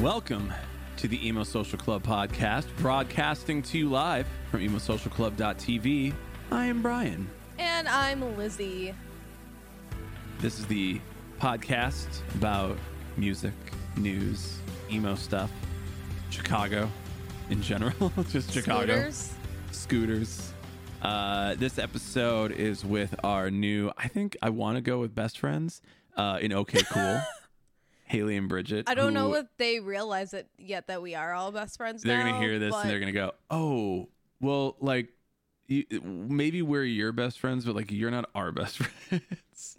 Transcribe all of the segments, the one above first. Welcome to the Emo Social Club podcast, broadcasting to you live from emosocialclub.tv. I am Brian. And I'm Lizzie. This is the podcast about music, news, emo stuff, Chicago in general, just Chicago. Scooters. Scooters. Uh, this episode is with our new, I think I want to go with best friends uh, in OK Cool, Haley and Bridget. I don't know who- if they realize it yet that we are all best friends. they're now, gonna hear this but and they're gonna go, "Oh, well, like you, maybe we're your best friends, but like you're not our best friends."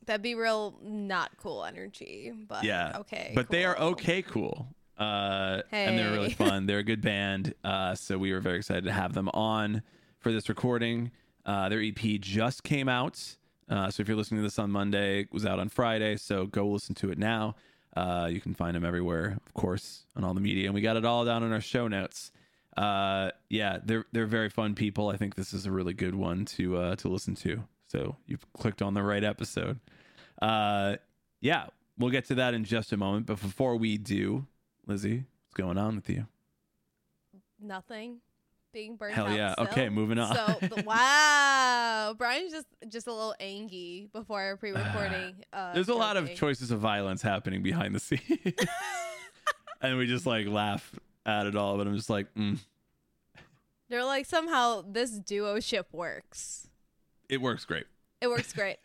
that'd be real not cool energy. But yeah, okay. but they are cool. okay, cool, uh, and they're really Hey. fun. They're a good band, uh, so we were very excited to have them on for this recording. Uh, their EP just came out, uh, so if you're listening to this on Monday, it was out on Friday, so go listen to it now. Uh, you can find them everywhere, of course, on all the media, and we got it all down in our show notes. uh yeah they're they're very fun people i think this is a really good one to uh to listen to so you've clicked on the right episode uh yeah we'll get to that in just a moment but before we do lizzie what's going on with you Nothing. Being burnt hell out yeah still. okay moving on So but wow, Brian's just just a little angy before our pre-recording. Uh, there's a lot of joking. choices of violence happening behind the scenes and we just like laugh at it all but i'm just like mm, They're like somehow this duo ship works. it works great It works great.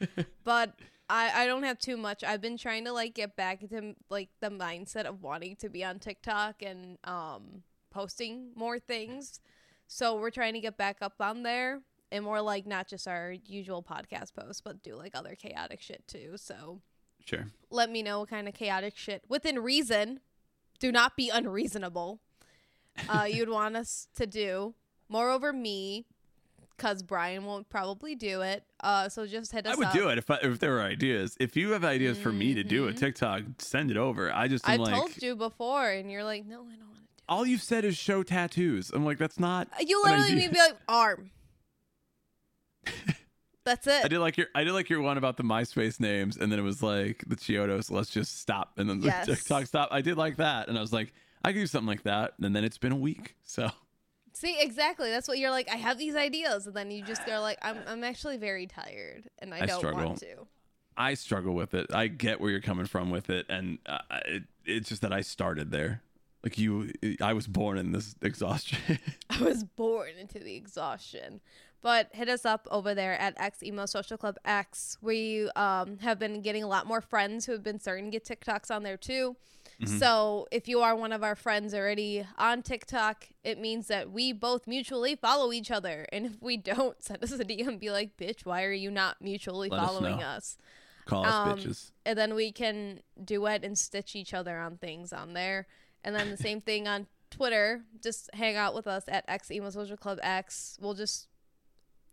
but I, I don't have too much. I've been trying to like get back into like the mindset of wanting to be on TikTok and um posting more things. So we're trying to get back up on there and more like not just our usual podcast posts, but do like other chaotic shit too. So sure let me know what kind of chaotic shit within reason. Do not be unreasonable. Uh, you'd want us to do. Moreover, me, because Brian won't probably do it. Uh, so just hit us. I would up. do it if I, if there were ideas. If you have ideas for me to do a Mhm. TikTok, send it over. I just am I've like, told you before, and you're like, no, I don't want to all you've said is show tattoos. I'm like, that's not. do. it. Uh, You an literally idea. need to be like arm. That's it. I did like your I did like your one about the MySpace names, and then it was like the Chiodos. Let's just stop, and then the Yes. TikTok stop. I did like that, and I was like, I could do something like that. And then it's been a week, so See, exactly. That's what you're like. I have these ideas, and then you just go like, I'm, I'm actually very tired, and I, I don't struggle. want to. I struggle with it. I get where you're coming from with it, and uh, it, it's just that I started there. Like you, I was born in this exhaustion. I was born into the exhaustion. But hit us up over there at X Emo Social Club X. We um, have been getting a lot more friends who have been starting to get TikToks on there too. Mhm. So if you are one of our friends already on TikTok, it means that we both mutually follow each other. And if we don't, send us a DM and be like, bitch, why are you not mutually Let us following know. us? Call us Um, bitches. and then we can duet and stitch each other on things on there. And then the same thing on Twitter. Just hang out with us at X Emo Social Club X. We'll just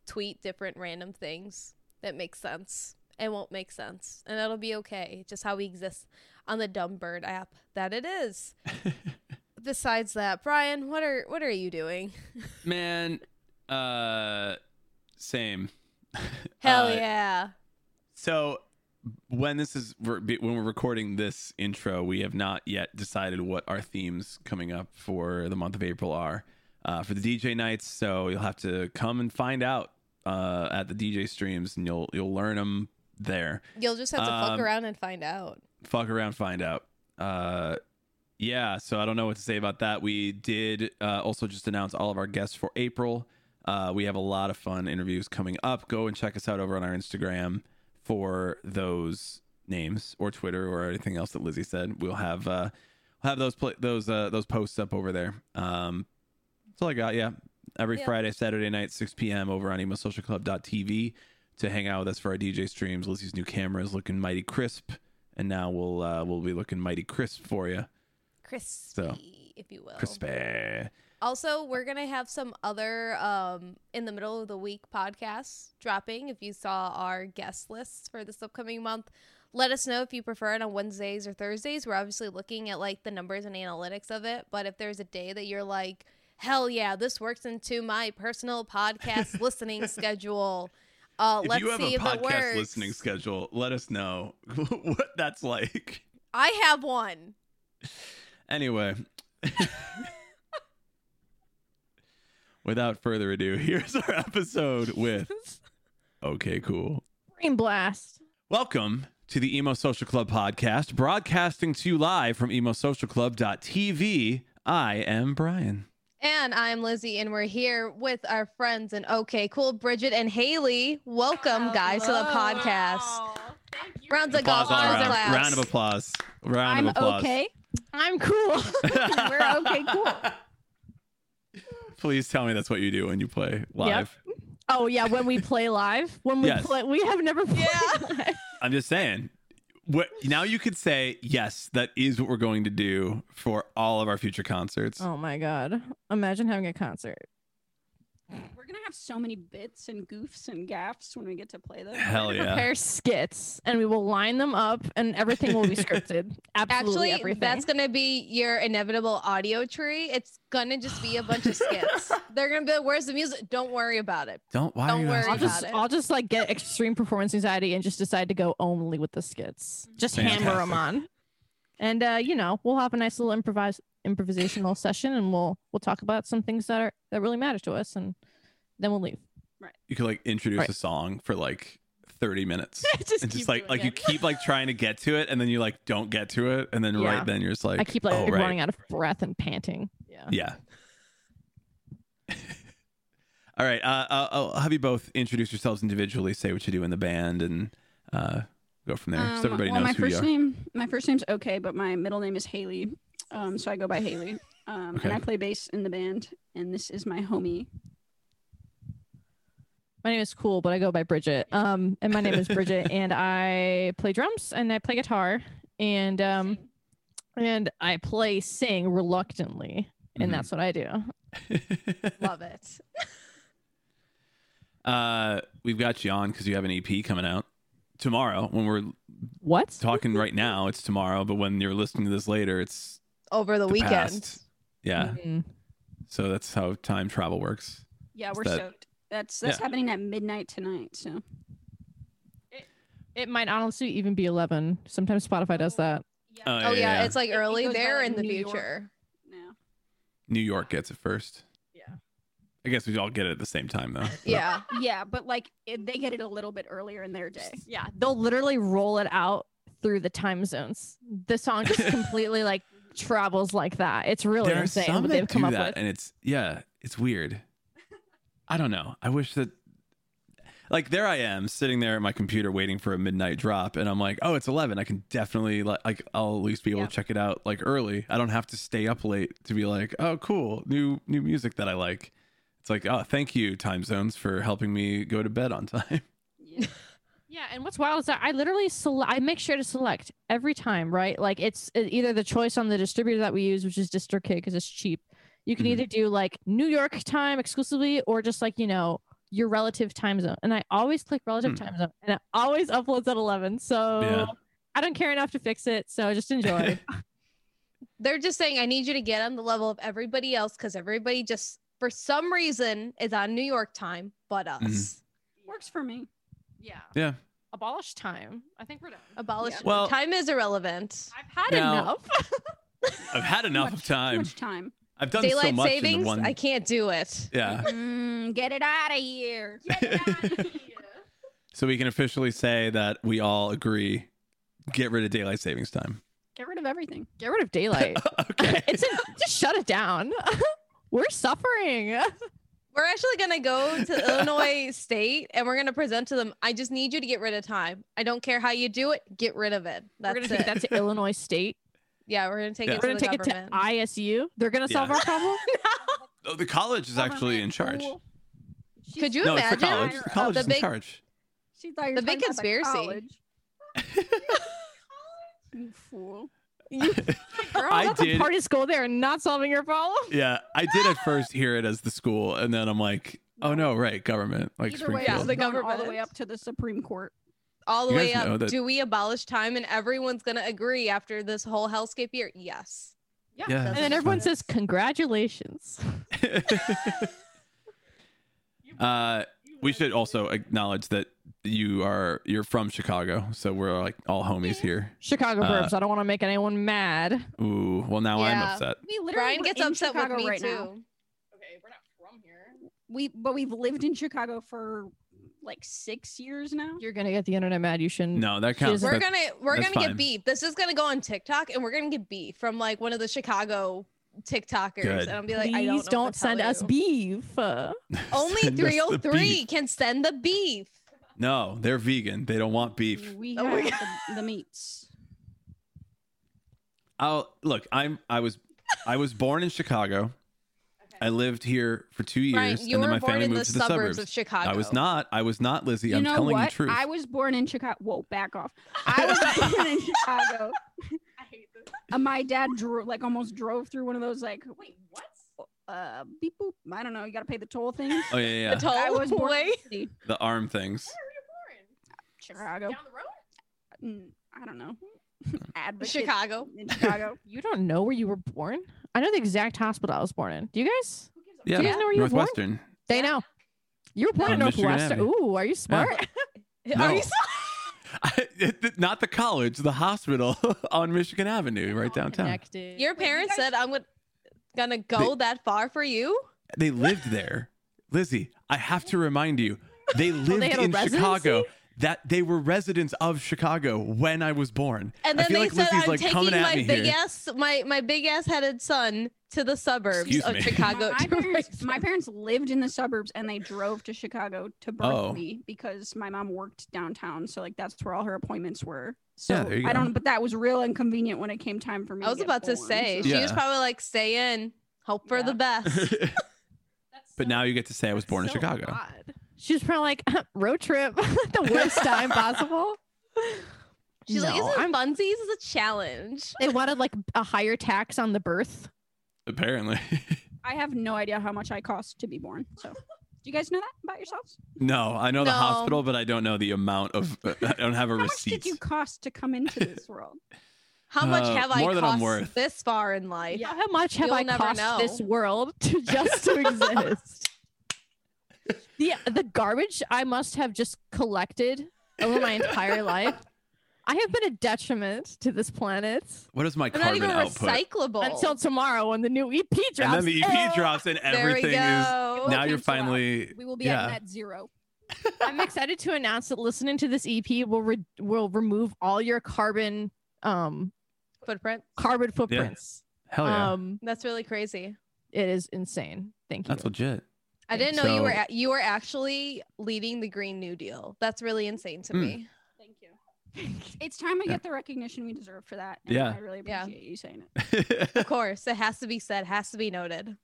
tweet different random things that make sense and won't make sense, and it'll be okay. Just how we exist on the Dumb Bird app that it is. Besides that, Brian, what are what are you doing? Man, uh, same. Hell Uh, yeah! So when this is we're- be- when we're recording this intro, we have not yet decided what our themes coming up for the month of April are uh, for the DJ nights. So you'll have to come and find out uh, at the DJ streams, and you'll you'll learn them there. You'll just have to fuck um, around and find out. Fuck around, find out. Uh, yeah, so I don't know what to say about that. We did uh, also just announce all of our guests for April. Uh, we have a lot of fun interviews coming up. Go and check us out over on our Instagram for those names or Twitter or anything else that Lizzie said. We'll have uh, we'll have those pla those uh, those posts up over there. Um, that's all I got. Yeah, every Yeah. Friday, Saturday night, 6 p.m. over on emosocialclub.tv to hang out with us for our DJ streams. Lizzie's new camera is looking mighty crisp, and now we'll uh, we'll be looking mighty crisp for you. Crispy, if you will. Crispy. Also, we're gonna have some other um, in the middle of the week podcasts dropping. If you saw our guest lists for this upcoming month, Let us know if you prefer it on Wednesdays or Thursdays. We're obviously looking at like the numbers and analytics of it, but if there's a day that you're like, hell yeah, this works into my personal podcast listening schedule. Uh, if let's you have see a if it podcast works. listening schedule, let us know what that's like. I have one. Anyway, without further ado, here's our episode with Okay Cool. Brain blast. Welcome to the Emo Social Club podcast, broadcasting to you live from emosocialclub.tv. I am Brian. And I'm Lizzie, and we're here with our friends and okay, cool, Bridget and Haley. Welcome, guys, to the podcast. Thank you. Rounds of Applause golf all rounds of around. applause. Round of applause. Round I'm of applause. okay. I'm cool. We're okay, cool. Please tell me that's what you do when you play live. Oh yeah, when we play live, when we Yes. play, we have never played. Yeah. live. I'm just saying. What, now you could say yes. That is what we're going to do for all of our future concerts. Oh my god! Imagine having a concert. We're gonna have so many bits and goofs and gaffs when we get to play them. Hell yeah! Prepare skits, and we will line them up, and everything will be scripted. Absolutely Actually, everything. that's gonna be your inevitable audio tree. It's gonna just be a bunch of skits. They're gonna be like, "Where's the music?" Don't worry about it. Don't why Don't are you worry asking I'll about just, it. I'll just like get extreme performance anxiety and just decide to go only with the skits. Just hammer them on, and uh, you know, we'll have a nice little improvise improvisational session, and we'll we'll talk about some things that are that really matter to us, and then we'll leave. You could like introduce Right. a song for like 30 minutes. just, and just keep like like doing it. you keep like trying to get to it and then you like don't get to it and then Yeah. right then you're just like I keep like oh, right. running out of breath and panting. Yeah. Yeah. All right. Uh, I'll, I'll have you both introduce yourselves individually, say what you do in the band, and uh, go from there. Um, so everybody Um, well, knows my who you first are. name, my first name's okay, but my middle name is Haley, um, so I go by Haley, um, Okay. and I play bass in the band. And this is my homie. My name is Cool, but I go by Bridget. Um, and my name is Bridget, and I play drums and I play guitar, and um, and I play sing reluctantly, and Mhm. that's what I do. Mm-hmm. Love it. uh, we've got you on because you have an EP coming out tomorrow. When we're What? talking right now, it's tomorrow, but when you're listening to this later, it's Over the, the weekend. Mm-hmm. past. Yeah. Mhm. So that's how time travel works. Yeah, Is we're that- stoked. That's that's Yeah. happening at midnight tonight. So It might honestly even be eleven. Sometimes Spotify does that. yeah, Oh yeah, yeah. it's like It- it early. goes by, They're like, in the New York. future. no. New York gets it first. Yeah. I guess we all get it at the same time though. Yeah. yeah, but like it, they get it a little bit earlier in their day. Yeah, they'll literally roll it out through the time zones. The song just completely like travels like that. It's really there are insane some what that they've come do up that, with. and it's yeah, it's weird. I don't know. I wish that, like, there I am sitting there at my computer waiting for a midnight drop, and I'm like, oh, it's eleven. I can definitely like, like I'll at least be able Yep. to check it out like early. I don't have to stay up late to be like, oh, cool, new new music that I like. It's like, oh, thank you, time zones, for helping me go to bed on time. Yeah. Yeah, and what's wild is that I literally select. I make sure to select every time, right? Like it's uh, either the choice on the distributor that we use, which is DistroKid, because it's cheap. You can Mhm. either do like New York time exclusively, or just like you know your relative time zone. And I always click relative Hmm. time zone, and it always uploads at eleven. So Yeah. I don't care enough to fix it. So just enjoy. They're just saying, I need you to get on the level of everybody else because everybody just, for some reason, is on New York time but us. Mhm. Works for me. yeah, yeah, abolish time. I think we're done. Abolish Yeah. Well- time is irrelevant. I've had Now- enough. I've had enough much- of time. Too much time. I've done Daylight so much in savings, the one. I can't do it. yeah. Mm, get it out of here. So we can officially say that we all agree get rid of daylight savings time. Get rid of everything. Get rid of daylight. Okay. it's in, just shut it down. We're suffering. We're actually gonna go to Illinois State and we're gonna present to them. I just need you to get rid of time. I don't care how you do it. Get rid of it. That's we're gonna it. take that to Illinois State. yeah, we're gonna take Yeah. it. to We're gonna take the it government. to ISU. They're gonna solve Yeah. our problem. oh, the college is actually in charge. Cool. She's- Could you No, it's the imagine college. uh, The college the is in big- charge. She thought you were The big talking about conspiracy. college. You fool. Girl, I that's did- a party school there and not solving your problem. Yeah, I did at first hear it as the school, and then I'm like, oh no, right, government, like Either way, it's Springfield. the going all the government. way up to the Supreme Court. all the You way guys know up. that- Do we abolish time? And everyone's gonna agree after this whole hellscape year. Yes. Yeah. Yeah. And then That's everyone fine. says, Congratulations. uh, we should also acknowledge that you are you're from Chicago, so we're like all homies here. Chicago Uh, burbs. I don't want to make anyone mad. Ooh, well now I'm Yeah. upset. We literally Brian were gets in upset Chicago with me right too. now. Okay, we're not from here. We but we've lived in Chicago for like six years now. You're going to get the internet mad. You shouldn't. No, that counts. We're That's- gonna we're that's gonna fine. get beef. This is gonna go on TikTok, and we're gonna get beef from like one of the Chicago TikTokers, Good. and I'll be like, Please I don't. know don't, what to tell send us you. beef. Uh, Only Send us the 303 beef. can send the beef. No, they're vegan. They don't want beef. We Oh have my the, the meats. I'll look. I'm. I was. I was born in Chicago. I lived here for two years, Brian, you and then were my born family in the moved to the suburbs, suburbs. of Chicago. I was not. I was not, Lizzie. You I'm know telling what? the truth. I was born in Chicago. Whoa, back off. I was born in Chicago. I hate this. Uh, my dad drove like almost drove through one of those like wait what? Oh. Uh, beep boop. I don't know. You got to pay the toll thing. oh yeah, yeah, yeah. The toll I was born in way. the city, The arm things. Chicago. Down the road? Mm, I don't know. Advocate Chicago. in Chicago. you don't know where you were born? I know the exact hospital I was born in. Do you guys? Who gives a Yeah, Do you guys know where you were born? Northwestern. They know. You were born in On Michigan Northwestern. Avenue. Ooh, are you smart? No. Are you I, it- not the college, the hospital on Michigan Avenue, Oh, right downtown. Connected. Your parents guys- said I'm gonna gonna go that far for you. They lived there, Lizzie. I have to remind you, they lived had a in Chicago. residency? That they were residents of Chicago when I was born. And I then feel they like said Lizzie's I'm like taking coming at my me big here. ass my my big ass headed son to the suburbs Excuse of me. Chicago. my, to parents, raise- my parents lived in the suburbs and they drove to Chicago to birth Oh. me because my mom worked downtown. So like that's where all her appointments were. So Yeah, there you I go. don't but that was real inconvenient when it came time for me. I was to get about to born, say so- she was Yeah. probably like stay in, hope for Yeah. the best. but now you get to say I was born in Chicago. She was probably like, road trip, the worst time possible. She's like, No, "Isn't I'm- funsies is a challenge." they wanted like a higher tax on the birth. Apparently, I have no idea how much I cost to be born. So do you guys know that about yourselves? no. I know the No. hospital, but I don't know the amount of. I don't have a How much receipt. did you cost to come into this world? How much Uh, have I more cost than I'm worth. this far in life? How much have You'll I never cost know. this world to just to exist? the the garbage I must have just collected over my entire life. I have been a detriment to this planet What is my They're not carbon even output? recyclable. until tomorrow when the new EP drops. And then the E EP drops, and there we everything is go. now. You're cancel out. finally We will be Yeah. at net zero. I'm excited to announce that listening to this EP will re- will remove all your carbon um Footprint. carbon footprints. hell yeah. Um, That's really crazy. it is insane. Thank you. That's legit. I didn't know you were So- a- you were actually leading the Green New Deal. That's really insane to Mm. me. Thank you. It's time we Yeah. get the recognition we deserve for that. and Yeah. I really Yeah. appreciate you saying it. Of course, it has to be said, has to be noted.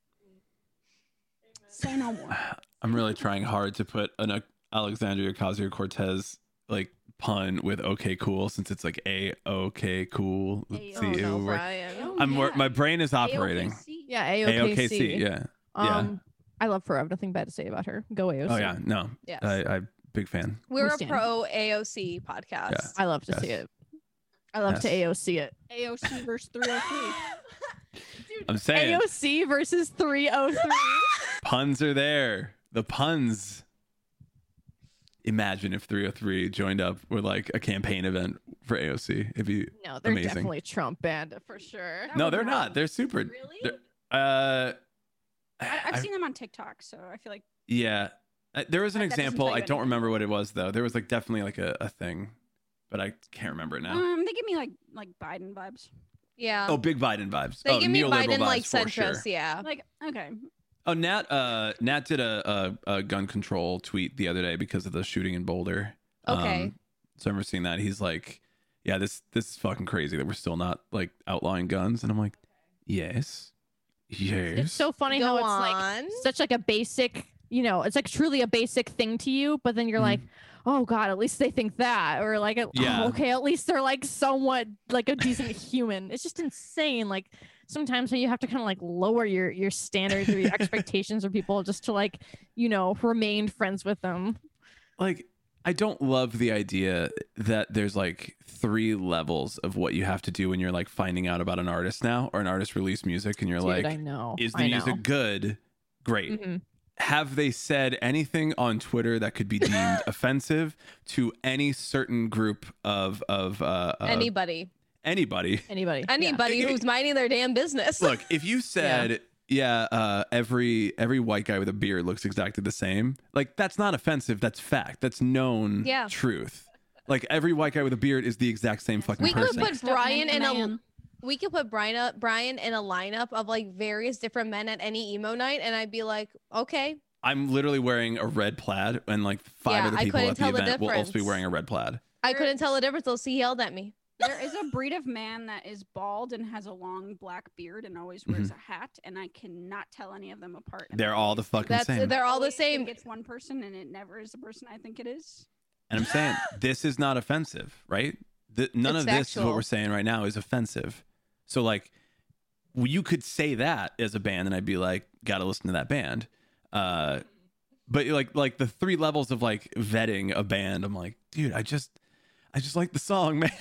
Say no more. I'm really trying hard to put an uh, Alexandria Ocasio Cortez like pun with "Okay, cool" since it's like a okay cool. Let's A- oh, see, it would work. Brian. Oh, I'm wor- yeah. my brain is operating. AOKC. yeah, AOKC. AOKC, yeah, yeah. Um, I love her. I have nothing bad to say about her. Go AOC. oh yeah, no, Yes. I, I big fan. We're we a stand. pro AOC podcast. I love to see Yes. it. I love to AOC it. AOC verse 303. I'm saying AOC versus 303. puns are there. The puns. Imagine if 303 joined up with like a campaign event for AOC. It'd be no, they're Amazing. definitely Trump band for sure. That no, would they're not- not. They're super. Really? they're- Uh, I, I've I- seen them on TikTok, so I feel like Yeah, Uh, there was an That- that doesn't example. tell you I anything. don't remember what it was though. There was like definitely like a, a thing, but I can't remember it now. um they give me like like Biden vibes. Yeah. oh, big Biden vibes. They oh, give me neoliberal Biden vibes like for sure. centrist, yeah. Like okay, Oh, Nat. Uh, Nat did a, a a gun control tweet the other day because of the shooting in Boulder. Um, Okay. so I remember seeing that. He's like, "Yeah, this this is fucking crazy that we're still not like outlawing guns," and I'm like, "Yes, yes." It's so funny Go how it's like on. such like a basic, you know, it's like truly a basic thing to you, but then you're Mhm. like, oh god, at least they think that, or like, "Oh, Yeah. okay, at least they're like somewhat like a decent human. It's just insane. Like sometimes how you have to kind of like lower your your standards or your expectations of people just to like, you know, remain friends with them. like I don't love the idea that there's like three levels of what you have to do when you're like finding out about an artist now or an artist release music and you're Dude, like I know. is the I know. music good? Great. Mhm. Have they said anything on Twitter that could be deemed offensive to any certain group of of uh, uh, anybody, anybody? Anybody? anybody who's minding their damn business. Look, if you said yeah, uh, every every white guy with a beard looks exactly the same, like that's not offensive. That's fact. That's known Yeah. truth. Like every white guy with a beard is the exact same fucking We could person. put Brian in a Man. we could put Brian up, Brian in a lineup of like various different men at any emo night, and I'd be like, okay, I'm literally wearing a red plaid, and like five Yeah, other I people couldn't at the tell the event will also be difference. wearing a red plaid. I There- couldn't tell the difference until he yelled at me. There is a breed of man that is bald and has a long black beard and always wears a hat, and I cannot tell any of them apart. and I Mm-hmm. They're all the fucking That's same. they're all the always same. think It's one person, and it never is the person I think it is. And I'm saying this is not offensive, right? Th none It's of this is what factual. we're saying right now is offensive. So like, w- you could say that as a band, and I'd be like, gotta listen to that band. Uh, but like, like the three levels of like vetting a band, I'm like, dude, I just, I just like the song, man.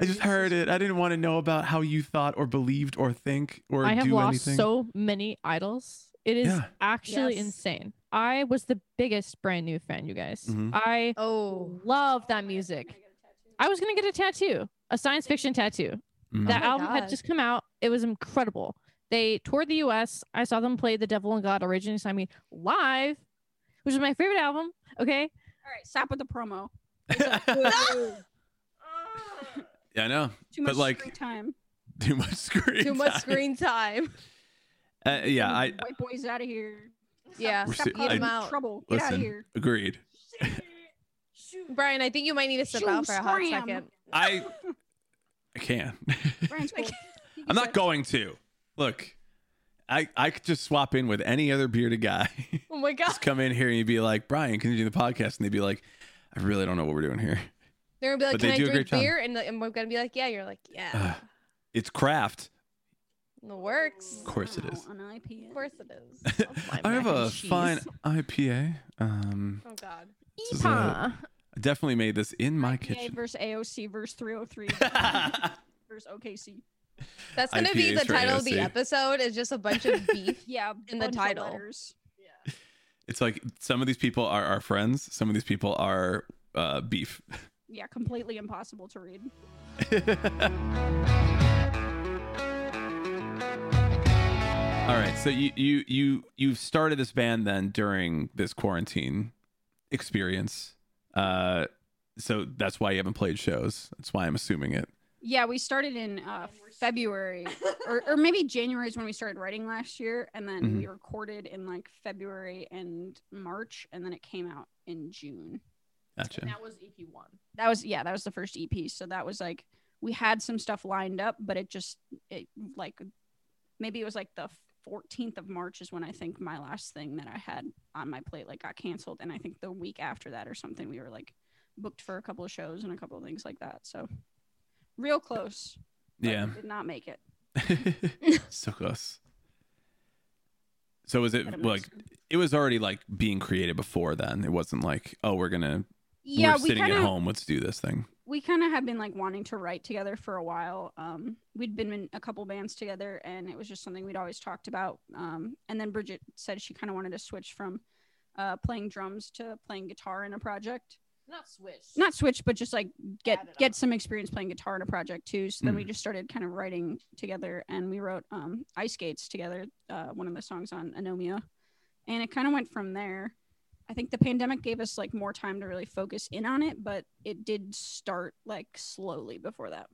I just heard it. I didn't want to know about how you thought or believed or think or I have do lost anything. so many idols. It is Yeah. actually Yes. insane. I was the biggest brand new fan, you guys. Mhm. I Oh, love that music. I was gonna get a tattoo, a science fiction tattoo. Mhm. That my album had God. just come out. It was incredible. They toured the U.S. I saw them play "The Devil and God" originally. I mean, live, which is my favorite album. Okay, All right, stop with the promo. yeah, I know. Too But, much like, screen time. Too much screen. too much time. screen time. Uh, yeah, I white boys out of here. Yeah, We're Stop se- causing I- trouble. Get out of listen. here. Agreed. Brian, I think you might need to step out for a hot Shoo, second. I I can. Brian's cool. He I'm not said- going to. Look, I I could just swap in with any other bearded guy. Oh my god, just come in here and you'd be like, Brian, can you do the podcast? And they'd be like, I really don't know what we're doing here. they're gonna be But like, they "Can I do a drink great Ah. job. beer?" And, the- and we're gonna be like, "Yeah." You're like, "Yeah." Ugh. It's craft. And it works. Of course it is. Wow, an IPA. Of course it is. Oh, my I have mac and a cheese. fine IPA. Um, Oh god. This is a- Yeehaw. I definitely made this in my IPA kitchen. versus AOC versus 303 versus OKC. That's gonna be IPAs the for title of the AOC. episode. Is just a bunch of beef. Yeah, In the bunch of title. letters. it's like some of these people are our friends. Some of these people are uh, beef. Yeah, completely impossible to read. All right, so you you you you've started this band then during this quarantine experience. Uh so that's why you haven't played shows. That's why I'm assuming it. Yeah, we started in uh, February, or, or maybe January is when we started writing last year, and then we recorded in like February and March, and then it came out in June. Gotcha. was EP one. That was yeah, that was the first EP. So that was like we had some stuff lined up, but it just it like maybe it was like the 14th of March is when I think my last thing that I had on my plate like got canceled, and I think the week after that or something we were like booked for a couple of shows and a couple of things like that. So real close. but Yeah. did not make it. so close. So was but it it makes like it was already like being created before then. It wasn't like, oh, we're gonna yeah we're we sitting kind at of home, let's do this thing. we kind of had been like wanting to write together for a while um we'd been in a couple bands together and it was just something we'd always talked about um and then bridget said she kind of wanted to switch from uh playing drums to playing guitar in a project Not Switch. not switch but just like get Add it get on. some experience playing guitar in a project too so then we just started kind of writing together and we wrote um ice skates together uh one of the songs on anomia and it kind of went from there i think the pandemic gave us like more time to really focus in on it but it did start like slowly before that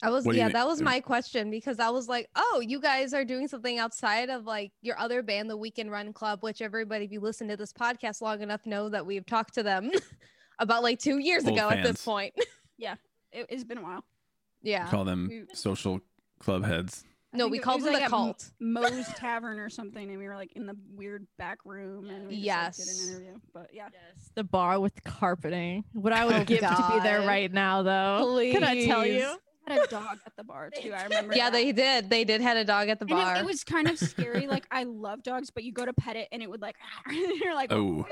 I was What do you yeah, think- that was Mm. my question because I was like, oh, you guys are doing something outside of like your other band, the Weekend Run Club, which everybody, if you listen to this podcast long enough, know that we've talked to them about like two years Old ago at fans. this point. it, it's been a while yeah, Call them We- social club heads. I no, think we it called was, them like, the at M- cult. moe's tavern or something and we were like in the weird back room and we just, like, did Yes. an interview but yeah Yes. the bar with carpeting. What I would Oh, give to be there God. right now, though. Can I tell you? Please. had a dog at the bar too. I remember. Yeah, that. they did. They did had a dog at the And bar. it, it was kind of scary. Like I love dogs, but you go to pet it and it would like you're like Oh,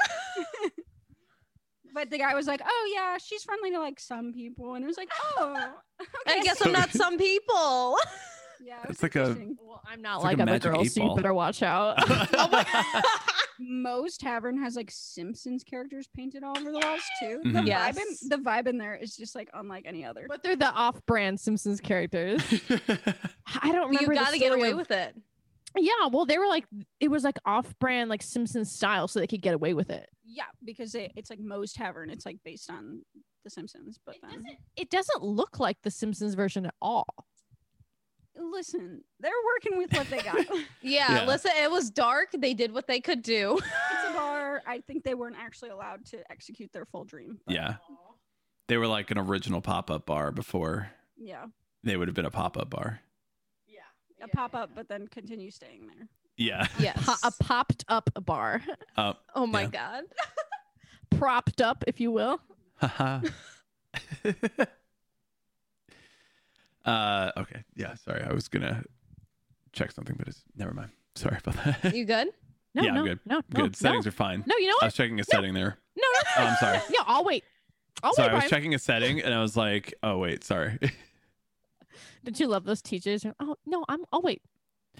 but the guy was like, Oh yeah, she's friendly to like some people and it was like, Oh I okay." guess I'm not some people. yeah, it was it's like a interesting. Well, I'm not It's like like, a other magic girls, eight so you ball. better watch out. oh my most tavern has like Simpsons characters painted all over the walls too. The Mhm. vibe Yes. in the vibe in there is just like unlike any other. but they're the off-brand Simpsons characters. I don't You remember. the gotta get story away of- with it. Yeah, well, they were like it was like off-brand, like Simpsons style, so they could get away with it. yeah, because it, it's like Moe's Tavern. It's like based on the Simpsons, but then It doesn't look like the Simpsons version at all. listen, they're working with what they got. it's Yeah, Yeah. listen, it was dark. They did what they could do. a bar. I think they weren't actually allowed to execute their full dream. but yeah. They were like an original pop up bar before Yeah. they would have been a pop up bar. A pop up, but then continue staying there. Yeah. Yes. Po- a popped up bar, Uh, oh my Yeah. god. propped up, if you will. Haha. uh, okay. Yeah. Sorry. I was going to check something, but it's never mind. Sorry about that. You good? No, Yeah, I'm no, good. no, no, Good. Settings no. are fine. No, you know I what? was checking a setting there. No, no, Oh, I'm sorry. no, I'll wait. I'll sorry. wait, I was Brian. checking a setting and I was like, oh, wait. Sorry. Did you love those teachers? Oh no, I'm. I'll wait.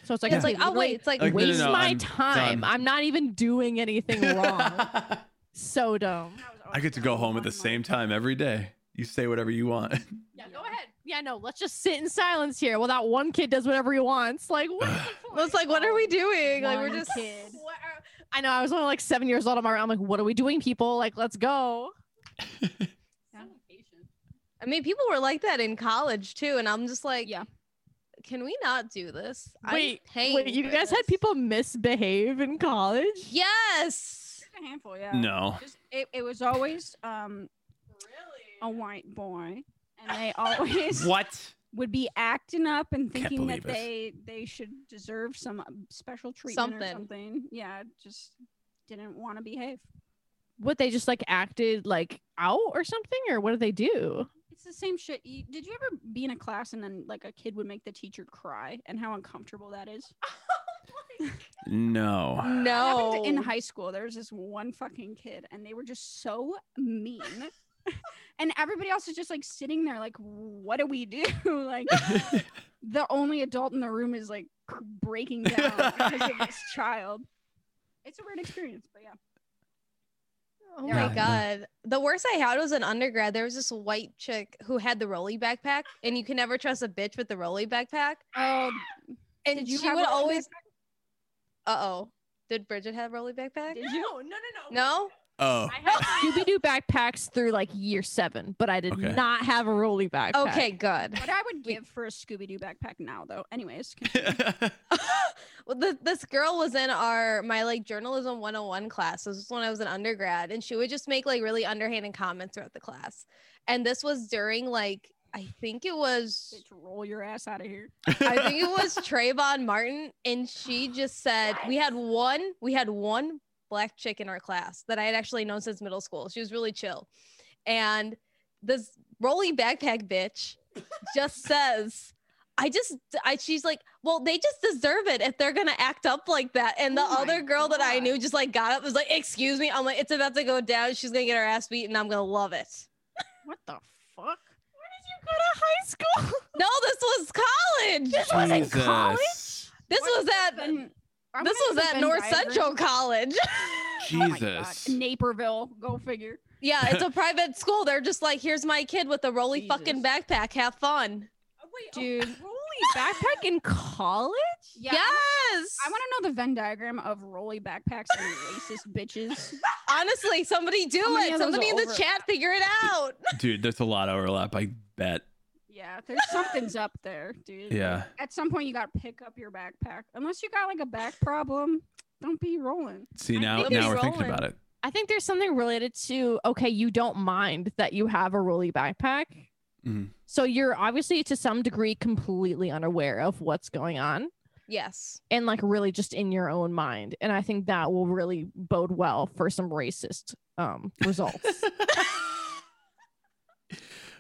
So it's like it's like, I'll oh wait, it's like Like, no, no, Waste no, my I'm time. done. I'm not even doing anything wrong. I so dumb. get to go home at the same time every day. You say whatever you want. Yeah, go ahead. Yeah, no, let's just sit in silence here while that one kid does whatever he wants. Like, what? is the point? It's like, what are we doing? Like we're One just kid. What are- I know I was only like seven years old. I'm around. I'm like, what are we doing, people? Like, let's go. I mean, people were like that in college too, and I'm just like, Yeah. Can we not do this? I'm Wait, paying Wait, you for guys had this. people misbehave in college? Yes. Just a handful, yeah. no. Just, it, it was always um a white boy, and they always What? would be acting up and Can't thinking that believe it. they they should deserve some um, special treatment or Something. something. Yeah, just didn't want to behave. What they just like acted like out or something, or what did they do? It's the same shit. You, did you ever be in a class and then like a kid would make the teacher cry and how uncomfortable that is? No. That happened No. In high school, there was this one fucking kid, and they were just so mean. and everybody else is just like sitting there, like, what do we do? like, the only adult in the room is like cr- breaking down because of this child. It's a weird experience, but yeah. Oh Yeah. my god. The worst I had was an undergrad. There was this white chick who had the rolly backpack, and you can never trust a bitch with the rolly backpack. Oh, Um, And Did you she have would a rolly always. Uh oh. Did Bridget have rolly backpack? did you? no, no, No. Oh. I had Scooby Doo backpacks through like year seven, but I did Okay. not have a rolly backpack. Okay, good. What I would give for a Scooby Doo backpack now, though. Anyways, continue. well, th- this girl was in our my like journalism 101 class. This was when I was an undergrad, and she would just make like really underhanded comments throughout the class. And this was during like I think it was Bitch, roll your ass out of here. I think it was Trayvon Martin, and she just said we had one, we had one black chick in our class that I had actually known since middle school. She was really chill, and this rolly backpack bitch just says, "I just, I." She's like, "Well, they just deserve it if they're gonna act up like that." And the Oh my other girl that I God. knew just like got up, and was like, "Excuse me," I'm like, "It's about to go down. She's gonna get her ass beat, and I'm gonna love it." What the fuck? Where did you go to high school? No, this was college. This wasn't college? Jesus. This What was at. Ben- I This wanna was go to at Ben North Diagram. Central College. Oh my God. Jesus. Naperville, go figure. yeah, it's a private school. They're just like, here's my kid with a roly fucking Jesus. Oh, backpack. Have fun. Dude, Rolly backpack in college? yeah. I wanna- yes. I want to know the Venn diagram of rolly backpacks and racist bitches. Honestly, somebody do How many it. of those Somebody are in the overlap? chat figure it out. Dude, there's a lot of overlap. I bet. Yeah, there's something's up there, dude. Yeah. At some point, you gotta pick up your backpack. Unless you got like a back problem, don't be rolling. See I now, think now it's we're thinking rolling. about it. I think there's something related to okay, you don't mind that you have a rolly backpack. Mhm. So you're obviously to some degree completely unaware of what's going on Yes. and like really just in your own mind. And I think that will really bode well for some racist um results.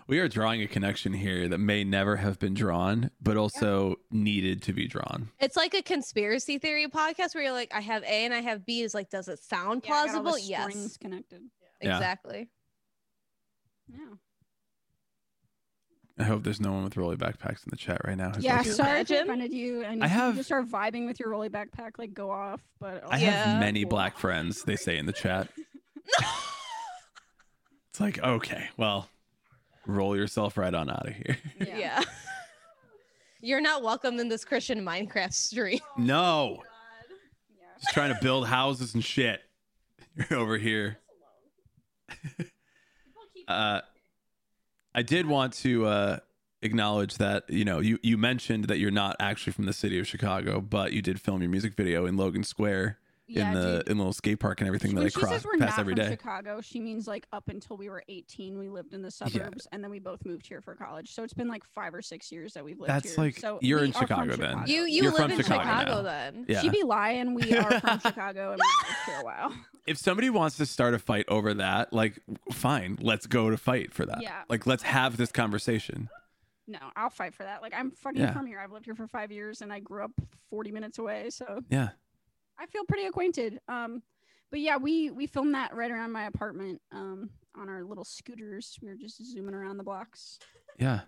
we are drawing a connection here that may never have been drawn, but also needed to be drawn. It's like a conspiracy theory podcast where you're like, I have A and I have B. Is like, does it sound Yeah, I got all the plausible? yes, strings connected. Yeah. exactly. Yeah. I hope there's no one with rolly backpacks in the chat right now. who's Yeah. like, you Sorry if I imagine? offended you, and I if have- you just start vibing with your rolly backpack. Like go off, but I Yeah. have many black friends, they say in the chat. It's like, okay, well, roll yourself right on out of here. Yeah. You're not welcome in this Christian Minecraft stream. no, Yeah. just trying to build houses and shit. You're over here. uh, I did want to uh, acknowledge that you know you you mentioned that you're not actually from the city of Chicago, but you did film your music video in Logan Square Yeah, in the dude. in the little skate park and everything When that I she cross says we're past not every from day. Chicago, she means like up until we were 18, we lived in the suburbs, and then we both moved here for college. So it's been like five or six years that we've lived That's here. like- so you're we in are from Chicago then. Chicago. You you You're live from in Chicago Chicago, now. then. Yeah. She be lying. We are from Chicago, and we lived here a while. If somebody wants to start a fight over that, like fine, let's go to fight for that. Yeah. Like let's have this conversation. No, I'll fight for that. Like I'm fucking Yeah. from here. I've lived here for five years, and I grew up 40 minutes away. So Yeah. I feel pretty acquainted. Um, but yeah, we we filmed that right around my apartment. Um, on our little scooters, we were just zooming around the blocks. Yeah.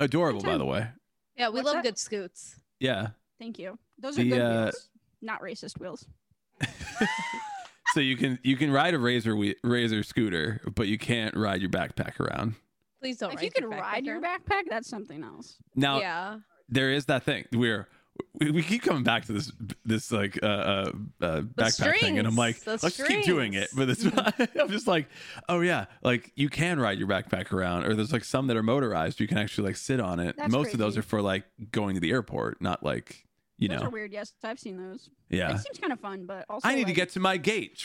Adorable, by time. the way. Yeah, we What's love that? good scoots. Yeah. Thank you. Those The, are good uh, wheels, not racist wheels. So you can you can ride a razor we- razor scooter, but you can't ride your backpack around. Please don't. if you could ride your backpack, that's something else. Now yeah. there is that thing we're we, we keep coming back to this this like uh uh, uh backpack thing and i'm like strings, the let's keep doing it but it's i'm just like oh yeah like you can ride your backpack around or there's like some that are motorized you can actually like sit on it That's most of those crazy. are for like going to the airport not like you those are know weird. Yes, I've seen those. yeah It seems kind of fun, but also i need to like, get to my gate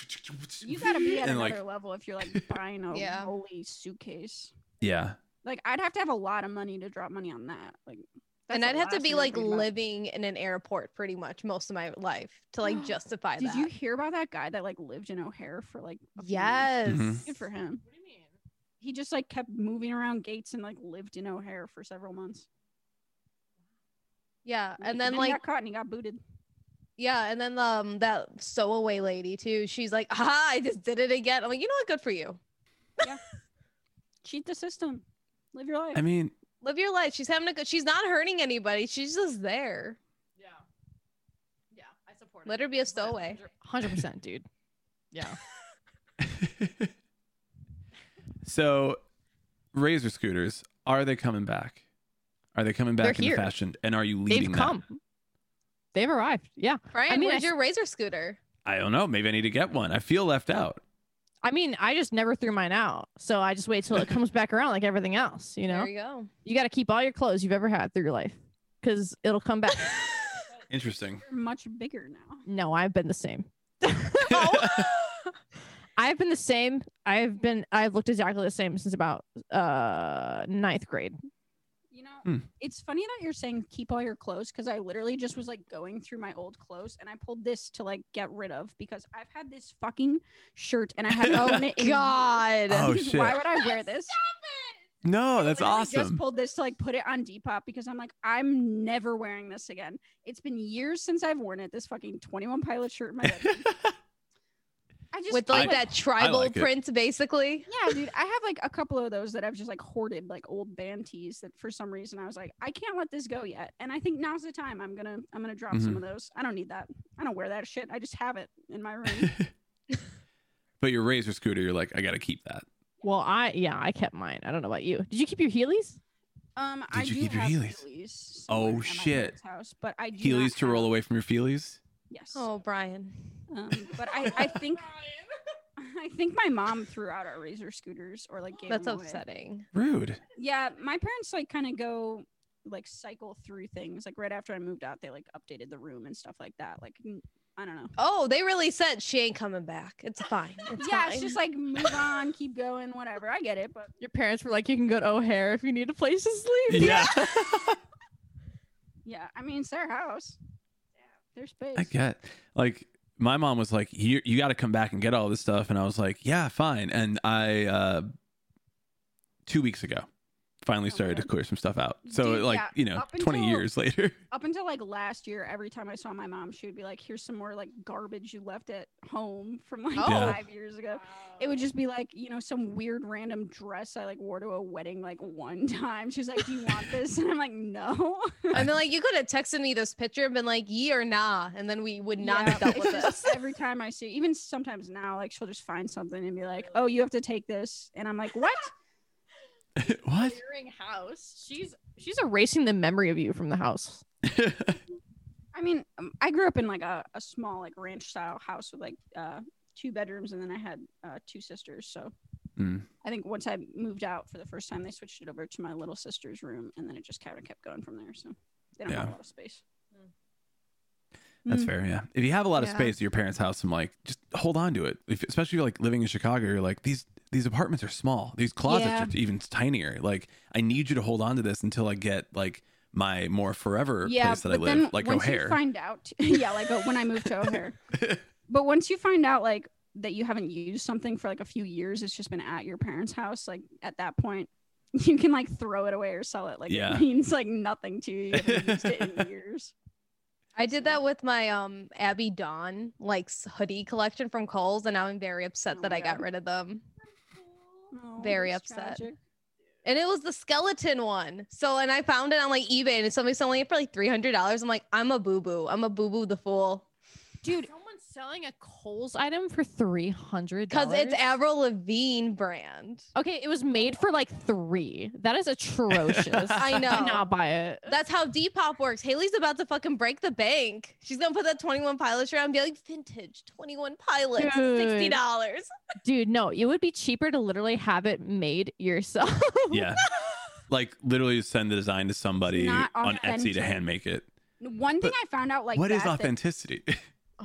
You gotta be at and another like level if you're like buying a Yeah. holy suitcase. yeah Like I'd have to have a lot of money to drop money on that. Like, that's and the I'd have to last be thing I'd like think about. living in an airport pretty much most of my life to like justify Did that. you hear about that guy that like lived in O'Hare for like? a few years? Yes. Mhm. Good for him. What do you mean? He just like kept moving around gates and like lived in O'Hare for several months. Yeah, and then he like got caught and he got booted. yeah, and then um that stowaway lady too. She's like, "Ah, I just did it again." I'm like, "You know what? Good for you. Cheat the system. Live your life. i mean Live your life." She's having a good. She's not hurting anybody. She's just there. Yeah. Yeah, I support it. Let her be a But stowaway. 100 Hundred percent, dude. Yeah. so razor scooters are they coming back are they coming They're back into here. fashion and are you leading They've that? come. They've arrived. Yeah. Brian, mean, where's I- your razor scooter? i don't know maybe i need to get one i feel left out I mean, I just never threw mine out. So I just wait till it comes back around like everything else, you know? There you go. You got to keep all your clothes you've ever had through your life because it'll come back. interesting You're much bigger now. no, I've been the same. I've been the same. I've been, I've looked exactly the same since about uh ninth grade. You know, Hmm. it's funny that you're saying keep all your clothes because I literally just was like going through my old clothes and I pulled this to like get rid of because I've had this fucking shirt and I haven't Oh, worn it. in years. God. Oh, Because shit. Why would I wear this? no that's Literally Just awesome pulled this to like put it on Depop because I'm like I'm never wearing this again. It's been years since I've worn it. This fucking 21 Pilot shirt in my bedroom. I just With feel like that tribal like it. print, basically. Yeah, dude, I have like a couple of those that I've just like hoarded, like old band tees that for some reason I was like, I can't let this go yet. And I think now's the time. I'm gonna I'm gonna drop Mm-hmm. some of those. I don't need that. I don't wear that shit. I just have it in my room. but your razor scooter you're like i gotta keep that Well, I, yeah, I kept mine. I don't know about you. Did you keep your Heelys? Um, Did I you do keep your have Heelys? Heelys Oh, somewhere at my shit. parents' House, but I do Heelys not to roll have- away from your feelies Yes. Oh, Brian. Um, but I I think Brian. I think my mom threw out our razor scooters or like gave That's them away. upsetting. rude Yeah, my parents like kind of go like cycle through things. Like right after I moved out, they like updated the room and stuff like that. Like n- I don't know. Oh, they really said she ain't coming back. It's fine. It's yeah, fine. it's just like move on, keep going, whatever. I get it, but Your parents were like, you can go to O'Hare if you need a place to sleep. yeah yeah, I mean, it's their house, their space. I get like my mom was like, "You you got to come back and get all this stuff," and I was like, "Yeah, fine." And I uh, two weeks ago, finally Oh, started to man. clear some stuff out. So Dude, like yeah, you know, up twenty until- years later. Up until like last year, every time I saw my mom, she would be like, "Here's some more like garbage you left at home from like Oh. Yeah. five years ago." It would Wow. just be like, you know, some weird random dress I like wore to a wedding like one time. She's like, "Do you want this?" And I'm like, "No." And then like you could have texted me this picture and been like, "Ye or nah," and then we would not have dealt it's with just this. Every time I see, even sometimes now, like she'll just find something and be like, "Oh, you have to take this," and I'm like, "What?" what? Clearing house. She's She's erasing the memory of you from the house. I mean, um, I grew up in like a, a small like ranch style house with like uh, two bedrooms, and then I had uh, two sisters. So Mm. I think once I moved out for the first time, they switched it over to my little sister's room, and then it just kind of kept going from there. So they don't have Yeah. a lot of space. That's Mm. fair. Yeah. If you have a lot of Yeah. space at your parents' house, I'm like, just hold on to it. If, especially if you're like living in Chicago, you're like these these apartments are small. These closets Yeah. are even tinier. Like I need you to hold on to this until I get like my more forever place that I live, like once O'Hare. you find out, yeah, like uh, when I moved to O'Hare. but once you find out like that you haven't used something for like a few years, it's just been at your parents' house. Like at that point, you can like throw it away or sell it. Like Yeah. it means like nothing to you. You haven't used it in years. I did that with my um Abby Dawn like s- hoodie collection from Kohl's, and now I'm very upset Oh that my I got God. rid of them. Oh, Very that's upset. tragic. And it was the skeleton one. So and I found it on like eBay, and somebody's selling it for like three hundred dollars. I'm like, I'm a boo boo. I'm a boo boo the fool Dude, someone's selling a Kohl's item for three hundred because it's Avril Lavigne brand. Okay, it was made for like three. That is atrocious. I Do know. not buy it. That's how Depop works. Haley's about to fucking break the bank. She's gonna put that 21 pilot shirt on and be like, vintage 21 pilots, $60. Dude. Dude, no, it would be cheaper to literally have it made yourself. yeah. Like literally send the design to somebody not on Etsy to authentic. hand make it. One thing I found out like what is that that- authenticity?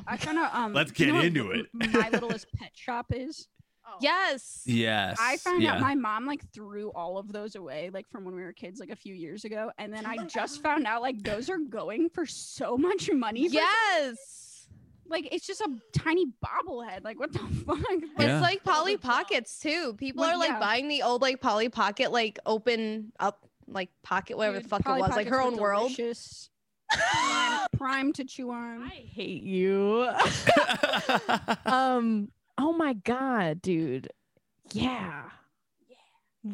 I found out. Um, Let's you know get what into M- it. My littlest pet shop is. Oh. Yes. yes. I found yeah. out my mom like threw all of those away, like from when we were kids, like a few years ago, and then I just found out like those are going for so much money. for Yes. Like it's just a tiny bobblehead. Like what the fuck? Yeah. It's like Polly Totally dumb. Pockets too. People Well, are like yeah. buying the old like Polly Pocket, like open up like pocket, whatever the Dude, fuck it Polly was, like Pockets her were own world. delicious. prime, prime to chew on. I hate you. um, oh my god, dude. Yeah.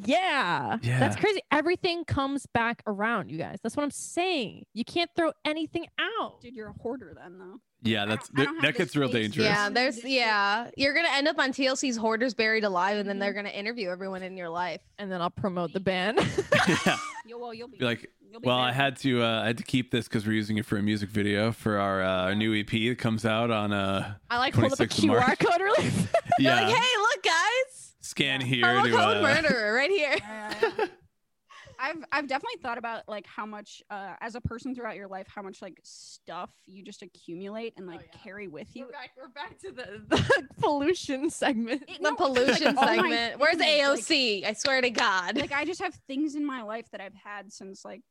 Yeah. That's Yeah. crazy. Everything comes back around, you guys. That's what I'm saying. You can't throw anything out. Dude, you're a hoarder then though. yeah, don't- that's I don't have that the gets real space. dangerous. Yeah, Yes. there's yeah. You're gonna end up on TLC's Hoarders Buried Alive, and then Mhm. they're gonna interview everyone in your life. And then I'll promote the band. yeah. You'll, well, you'll be Be like, you'll be Well, I mad. had to uh, I had to keep this because we're using it for a music video for our, uh, our new EP that comes out on uh I like hold up a 26th of March. QR code relief. You're yeah like, hey, look, guys, scan yeah. here I'm a to code uh, murderer right here. Yeah, I've I've definitely thought about like how much uh, as a person throughout your life, how much like stuff you just accumulate and Oh, like yeah. carry with you. We're back, we're back to the, the pollution segment. the No, it's like pollution all my segment. Where's things, like- AOC? I swear to God. Like I just have things in my life that I've had since like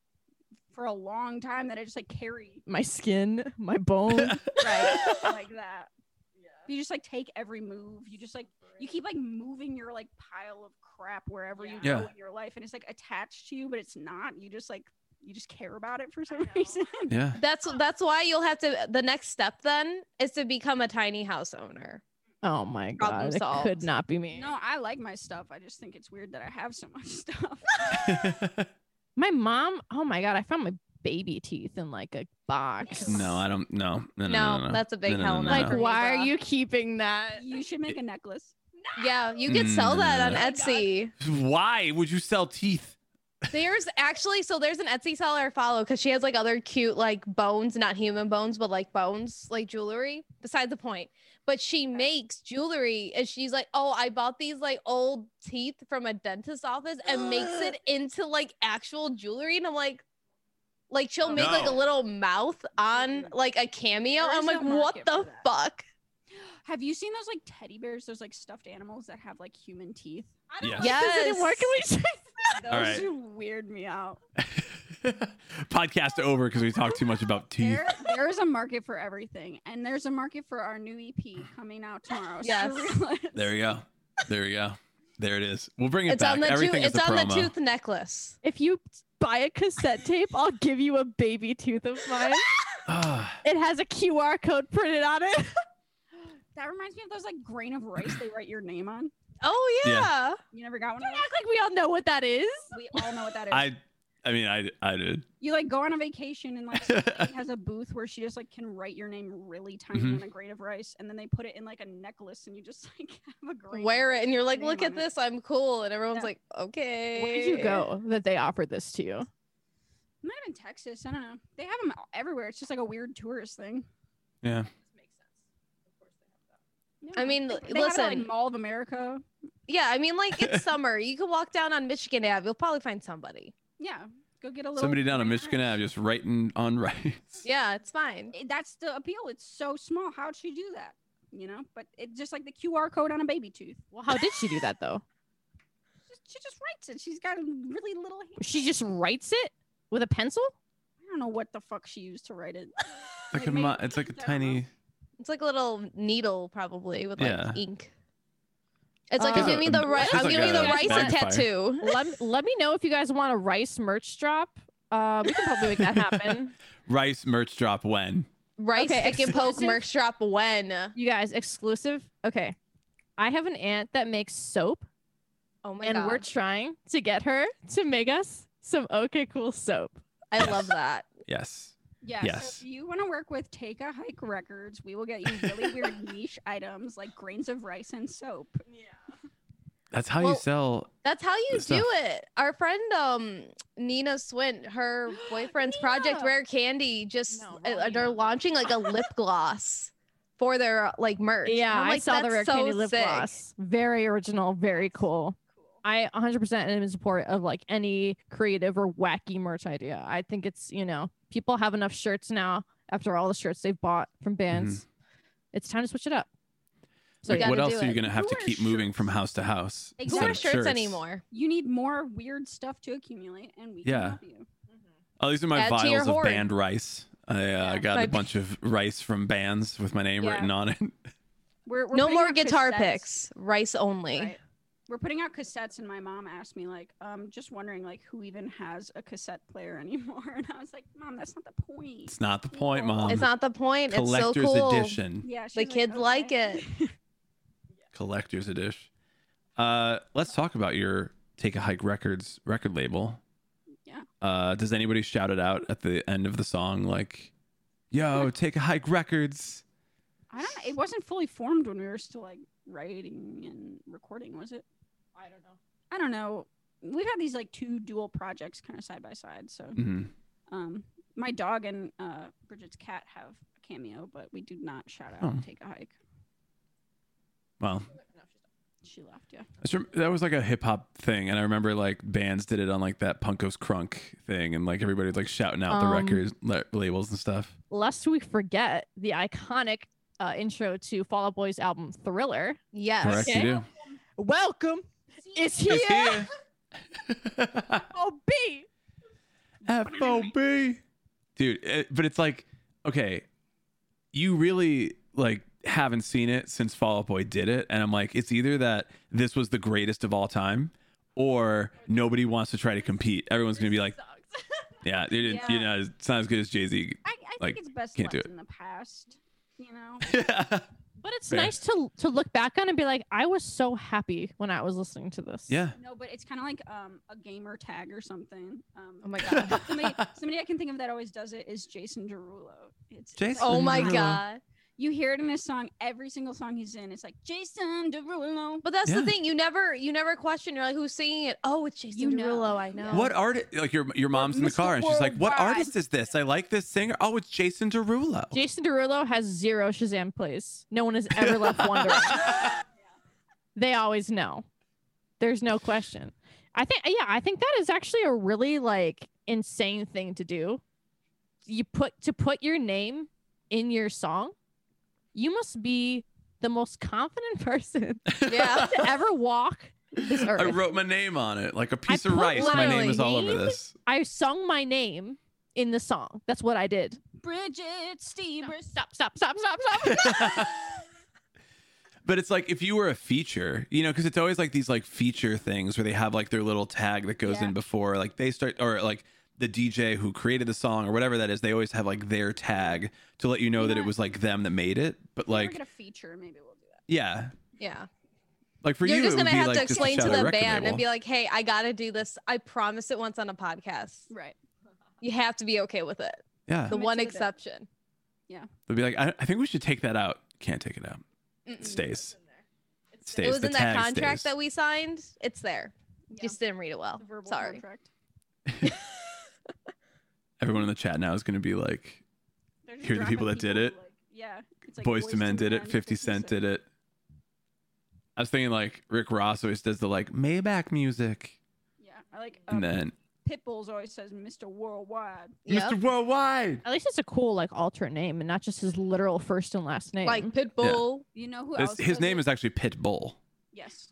for a long time that I just like carry My skin, my bone. right like that. yeah. You just like take every move. You just like you keep like moving your like pile of crap wherever you Yeah. go in your life and it's like attached to you, but it's not. You just like you just care about it for I some know. reason. yeah that's that's why you'll have to the next step then is to become a tiny house owner. oh my Problem god, it could solved. not be me. No, I like my stuff. I just think it's weird that I have so much stuff. My mom, oh my god, I found my baby teeth in like a box. no I don't no no no, No, no, no. that's a big No, no, no, hell no. Like, for me, why are bruh. you keeping that? you should make a necklace. Yeah, you could Mm, sell no, no, that on no. Oh my God. Etsy. why would you sell teeth There's actually so there's an Etsy seller I follow because she has like other cute like bones, not human bones, but like bones, like jewelry. Beside the point, but she makes jewelry and she's like, oh, I bought these like old teeth from a dentist's office and makes it into like actual jewelry, and I'm like. Like she'll make like a No. little mouth on Mm-mm. like a cameo. There I'm is like, no what market the for that." fuck? Have you seen those like teddy bears? Those like stuffed animals that have like human teeth. I don't Yeah. like Yeah. this. Does it work? Can we try- Those right. weird me out. podcast over because we talked too much about teeth There, there is a market for everything, and there's a market for our new EP E coming out tomorrow. Yes. Surrealist. there you go there you go There it is. We'll bring it It's back. on the tooth. Everything It's is a on promo. the tooth necklace. If you buy a cassette tape, I'll give you a baby tooth of mine. Ah, It has a QR code printed on it. That reminds me of those like grain of rice they write your name on. Oh Yeah. yeah. You never got one Don't of those? act like we all know what that is. We all know what that is. I, I mean, I, I did. you like go on a vacation and like some lady has a booth where she just like can write your name really tiny Mhm. on a grain of rice and then they put it in like a necklace and you just like have a grain. of Wear it, and you're like, name look at on it. this. I'm cool, and everyone's Yeah. like, okay. Where did you go that they offered this to you? Not even Texas. I don't know. They have them everywhere. It's just like a weird tourist thing. Yeah. makes sense. Of course they have that. I mean, they, l- they have it at, listen. like, Mall of America. Yeah, I mean, like it's summer. You can walk down on Michigan Ave. You'll probably find somebody. Yeah, go get a little. Somebody down in grain of Michigan rice. Ave just writing on rights. Yeah, it's fine. It- That's the appeal. It's so small. How'd she do that? You know, but it's just like the QR code on a baby tooth. Well, how did she do that though? Just, she just writes it. She's got a really little. Hand. She just writes it with a pencil? I don't know what the fuck she used to write it. Like It a made- mo- it's like a I don't know. tiny. It's like a little needle, probably with like Yeah. ink. It's like Uh, I'm giving me the It's rice. just I'm like giving me a the rice a magnifier. tattoo. let, let me know if you guys want a rice merch drop. Uh, we can probably make that happen. Rice merch drop when? Rice Okay, pick and poke exclusive. merch drop when? You guys, exclusive. Okay. I have an aunt that makes soap, Oh my and god, we're trying to get her to make us some okay cool soap. I love that. Yes. Yeah. Yes. So if you want to work with Take a Hike Records, we will get you really weird niche items like grains of rice and soap. Yeah. That's how Well- you sell. That's how you Good stuff. do it. Our friend um Nina Swint, her boyfriend's project Nina! Rare Candy just No, uh, wrong uh, they're Nina. launching like a lip gloss for their like merch. And Yeah, I'm I like, saw the "That's Rare so Candy lip sick." gloss. Very original, very cool. Cool. I 100% am in support of like any creative or wacky merch idea. I think it's, you know, people have enough shirts now after all the shirts they've bought from bands. It's time to switch it up. So Like, yeah, gotta what else do are you it. gonna have Who to wears keep moving from shirts? house to house? Who Who instead wear of shirts, anymore? You need more weird stuff to accumulate, and we Yeah. can help you. Oh, these are my Add to your vials of hoard. band rice. I uh, got My- a bunch of rice from bands with my name Yeah. written on it. We're, we're no putting more out guitar cassettes, picks, rice only. right? We're putting out cassettes, and my mom asked me like, um, just wondering like who even has a cassette player anymore, and I was like, Mom, that's not the point. It's not the point, Cool. mom. It's not the point. It's so Um, collector's cool. edition. Yeah, she The was kids like "Okay." it. Collector's edition. Uh, let's talk about your Take a Hike Records record label. Yeah. Uh, does anybody shout it out at the end of the song like, "Yo, Take a Hike Records"? I don't. It wasn't fully formed when we were still like writing and recording, was it? I don't know. I don't know. We've had these like two dual projects kind of side by side. So hmm um, my dog and uh, Bridget's cat have a cameo, but we do not shout out Oh. take a hike. No, Well, she's not. She left. Yeah. I just rem- that was like a hip hop thing, and I remember like bands did it on like that Punko's Crunk thing, and like everybody was like shouting out the Um, record la- labels and stuff. lest we forget the iconic uh, intro to Fall Out Boy's album Thriller. Yes. Correct, okay. you do. Welcome. It's here. Oh, B. FOB. Dude, it, but it's like, okay, you really like haven't seen it since Fall Out Boy did it. And I'm like, it's either that this was the greatest of all time or nobody wants to try to compete. Everyone's going to be like, Sucks. yeah, you didn't, you know, it's not as good as Jay Z. I, I Like, think it's best can't left do it. in the past. You know. But it's Fair. nice to to look back on and be like, I was so happy when I was listening to this. yeah. No, but it's kind of like um, a gamer tag or something. Um, Oh my god. somebody, somebody I can think of that always does it is Jason Derulo. It's it's like- Jason oh my Derulo. god. You hear it in his song. Every single song he's in, it's like Jason Derulo. But that's Yeah. the thing. You never you never question. You're like, who's singing it? Oh, it's Jason You know. Derulo. I know. What artist? Like your your mom's in the Mr. car and she's like, "What Worldwide. artist is this? I like this singer. Oh, it's Jason Derulo." Jason Derulo has zero Shazam plays. No one has ever left wondering. they always know. There's no question. I think yeah, I think that is actually a really like insane thing to do. You put to put your name in your song. You must be the most confident person Yeah. to ever walk this I earth. wrote my name on it like a piece I of put rice. My name is all over literally- this. I sung my name in the song. That's what I did. Bridget Stevens. Stop, stop, stop, stop, stop. but But it's like if you were a feature, you know, because it's always like these like feature things where they have like their little tag that goes Yeah. in before, like they start or like the DJ who created the song or whatever that is. They always have like their tag to let you know You know that it what? was like them that made it. But Like, like, get a feature, maybe we'll do that. yeah, Yeah. like for You're you, just it would gonna be have like to just a explain to shout out the record band label. and be like, "Hey, I gotta do this. I promised it once on a podcast. Right. You have to be okay with it. yeah, The Commit one to the band. exception. they'd be like, I, I think we should take that out. Can't take it out. Mm-mm. Stays. in there. It's Stays. It was The in that tag contract stays. that we signed. It's there. Yeah. Just didn't read it well. The verbal Sorry. contract. Everyone in the chat now is gonna be like, They're just Here are the people dropping that did it. like- yeah. It's Boys to Men did it. 50 Cent did it. I was thinking like Rick Ross always does the like Maybach music. Yeah. I like And um, then Pitbull's always says Mr. Worldwide. Yep. Mr. Worldwide. At least it's a cool like alternate name and not just his literal first and last name. Like Pitbull. You know Oh, who That's- else? his does name it? is actually Pitbull. Yes.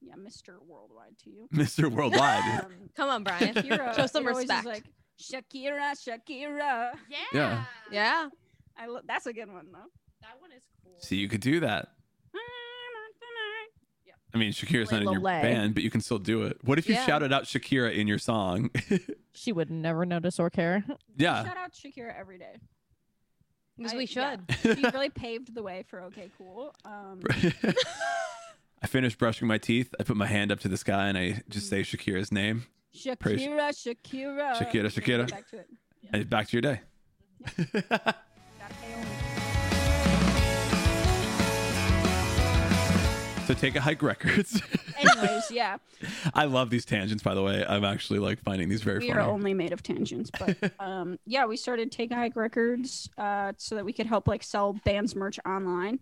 Yeah, Mr. Worldwide to you. Mr. Worldwide. Um, Come on, Brian. Shakira. Show some it always is respect. Like Shakira, Shakira. Yeah. Yeah. yeah. I lo- that's a good one though. That one is cool. See, you could do that. I mean, Shakira's not in your Lele. band, but you can still do it. What if you Yeah. shouted out Shakira in your song? she would never notice or care. yeah. Shout out Shakira every day. Because I- we yeah. should. She really paved the way for OK Cool. Um, I finished brushing my teeth. I put my hand up to the sky and I just say Shakira's name. Shakira, Praise- Shakira. Shakira, We'll Shakira. get Back to it. And back to your day. Gotta pay homage. so take a hike records. Anyways, yeah, I love these tangents, by the way. I'm actually like finding these very we are funny. only made of tangents, but um, yeah, we started Take a Hike Records uh, so that we could help like sell bands merch online.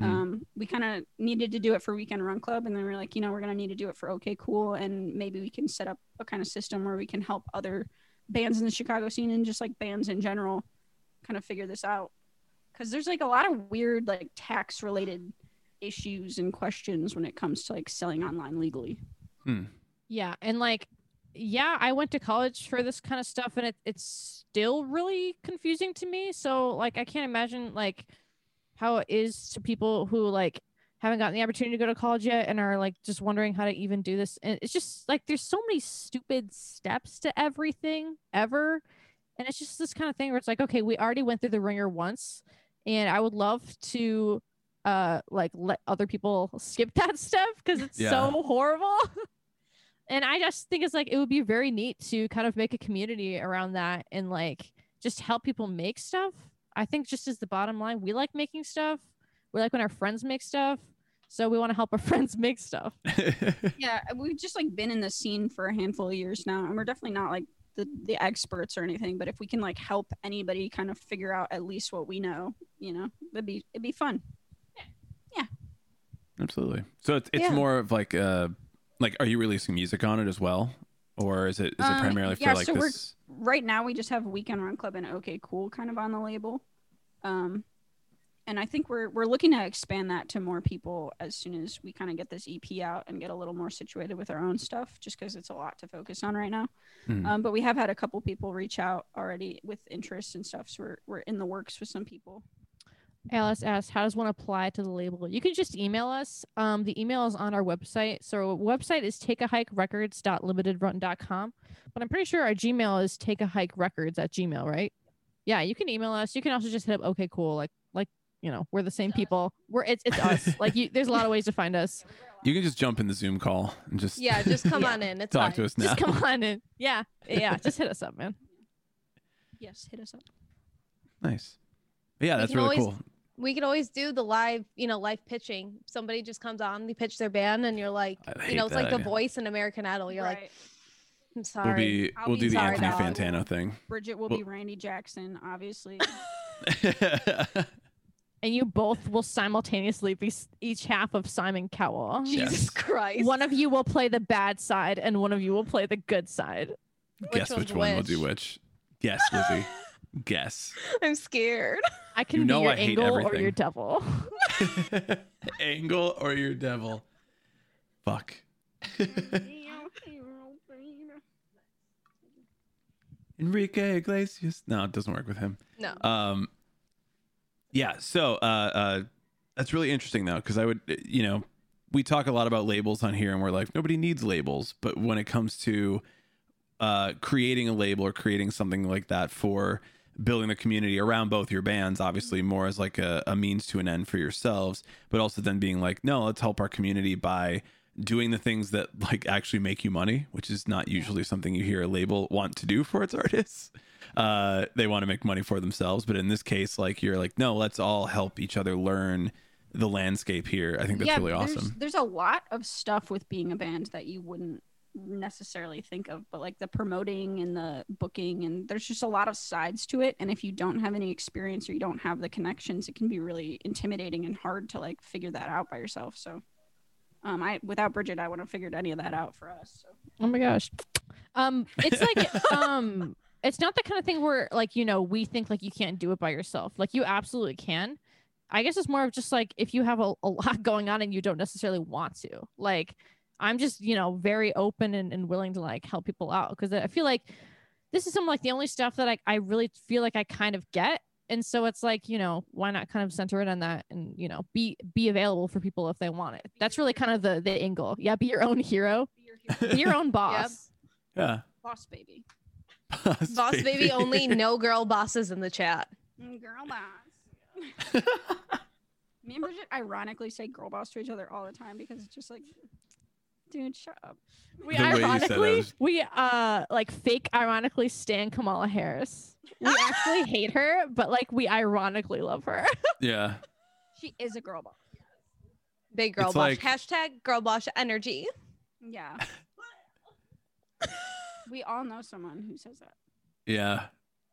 Mhm. Um, we kind of needed to do it for Weekend Run Club, and then we are like, you know, we're gonna need to do it for OK Cool, and maybe we can set up a kind of system where we can help other bands in the Chicago scene and just like bands in general kind of figure this out because there's like a lot of weird like tax related issues and questions when it comes to like selling online legally. Yeah, and like, yeah, I went to college for this kind of stuff, and it, it's still really confusing to me. So like, I can't imagine like how it is to people who like haven't gotten the opportunity to go to college yet and are like just wondering how to even do this. And it's just like there's so many stupid steps to everything ever, and it's just this kind of thing where it's like, okay, we already went through the ringer once, and I would love to uh like let other people skip that step because it's Yeah. so horrible. and I just think it's like it would be very neat to kind of make a community around that and like just help people make stuff. I think just as the bottom line, we like making stuff. We like when our friends make stuff. So we want to help our friends make stuff. yeah uh, we've just like been in the scene for a handful of years now and we're definitely not like the, the experts or anything but if we can like help anybody kind of figure out at least what we know you know it'd be it'd be fun Absolutely. So it's it's Yeah. more of like uh like are you releasing music on it as well? Or is it is it Um, primarily for yeah, like so we're- this right now we just have weekend run club and okay cool kind of on the label um and i think we're we're looking to expand that to more people as soon as we kind of get this ep out and get a little more situated with our own stuff just because it's a lot to focus on right now Mhm. um, but we have had a couple people reach out already with interest and stuff so we're, we're in the works with some people Alice asked, how does one apply to the label? You can just email us. Um, the email is on our website. So our website is takeahikerecords.limitedrun.com. But I'm pretty sure our Gmail is takeahikerecords at Gmail, right? Yeah, you can email us. You can also just hit up okay cool. Like like, you know, we're the same people. We're it's it's us. like you there's a lot of ways to find us. You can just jump in the Zoom call and just Yeah, just come Yeah. on in. It's talk fine. to us now. Just come on and yeah. Yeah, just hit us up, man. yes hit us up Nice. But yeah, We that's can really always- cool. We could always do the live, you know, live pitching. Somebody just comes on, they pitch their band, and you're like, I hate you know, it's like that the idea. voice in American Idol. You're like, I'm We'll sorry. be I'll we'll be do the sorry, Anthony dog. Fantano thing. bridget will Well- be randy jackson obviously And you both will simultaneously be s- each half of Simon Cowell. Jesus Yes. Christ. one of you will play the bad side and one of you will play the good side. Guess one's which one will do which. which? Guess, Lizzie. Guess. I'm scared. I can You know be your I hate angle or everything. your devil. Angle or your devil. Fuck. Enrique Iglesias. No, it doesn't work with him. No. Um, yeah. So, Um, uh, uh, That's really interesting though, because I would, you know, we talk a lot about labels on here, and we're like, nobody needs labels. But when it comes to uh, creating a label or creating something like that for building a community around both your bands, obviously more as like a, a means to an end for yourselves, but also then being like, no, let's help our community by doing the things that like actually make you money, which is not usually something you hear a label want to do for its artists. Uh, they want to make money for themselves, but in this case, like you're like, no, let's all help each other learn the landscape here. I think that's really but there's- awesome. There's a lot of stuff with being a band that you wouldn't necessarily think of, but like the promoting and the booking, and there's just a lot of sides to it. And if you don't have any experience or you don't have the connections, it can be really intimidating and hard to like figure that out by yourself. So, um, I without Bridget, I wouldn't have figured any of that out for us. So. Oh my gosh. Um, it's like um, it's not the kind of thing where like you know we think like you can't do it by yourself. Like you absolutely can. I guess it's more of just like if you have a, a lot going on and you don't necessarily want to. Like I'm just you know very open and, and willing to like help people out because I feel like this is some like the only stuff that I, I really feel like I kind of get. And so it's like, you know, why not kind of center it on that and, you know, be be available for people if they want it. That's really kind of the the angle. Yeah, be your own hero. Be your hero. Be your own boss. Yeah. boss baby, Boss, Boss baby only no girl bosses in the chat. Mm, girl boss. Me and Bridget ironically say girl boss to each other all the time because it's just like, dude, shut up. We The way you said that ironically, was- we uh like fake ironically stan Kamala Harris. We actually hate her, but like we ironically love her. Yeah. She is a girl boss. Big girl It's boss. like- Hashtag girl boss energy. Yeah. we all know someone who says that. Yeah.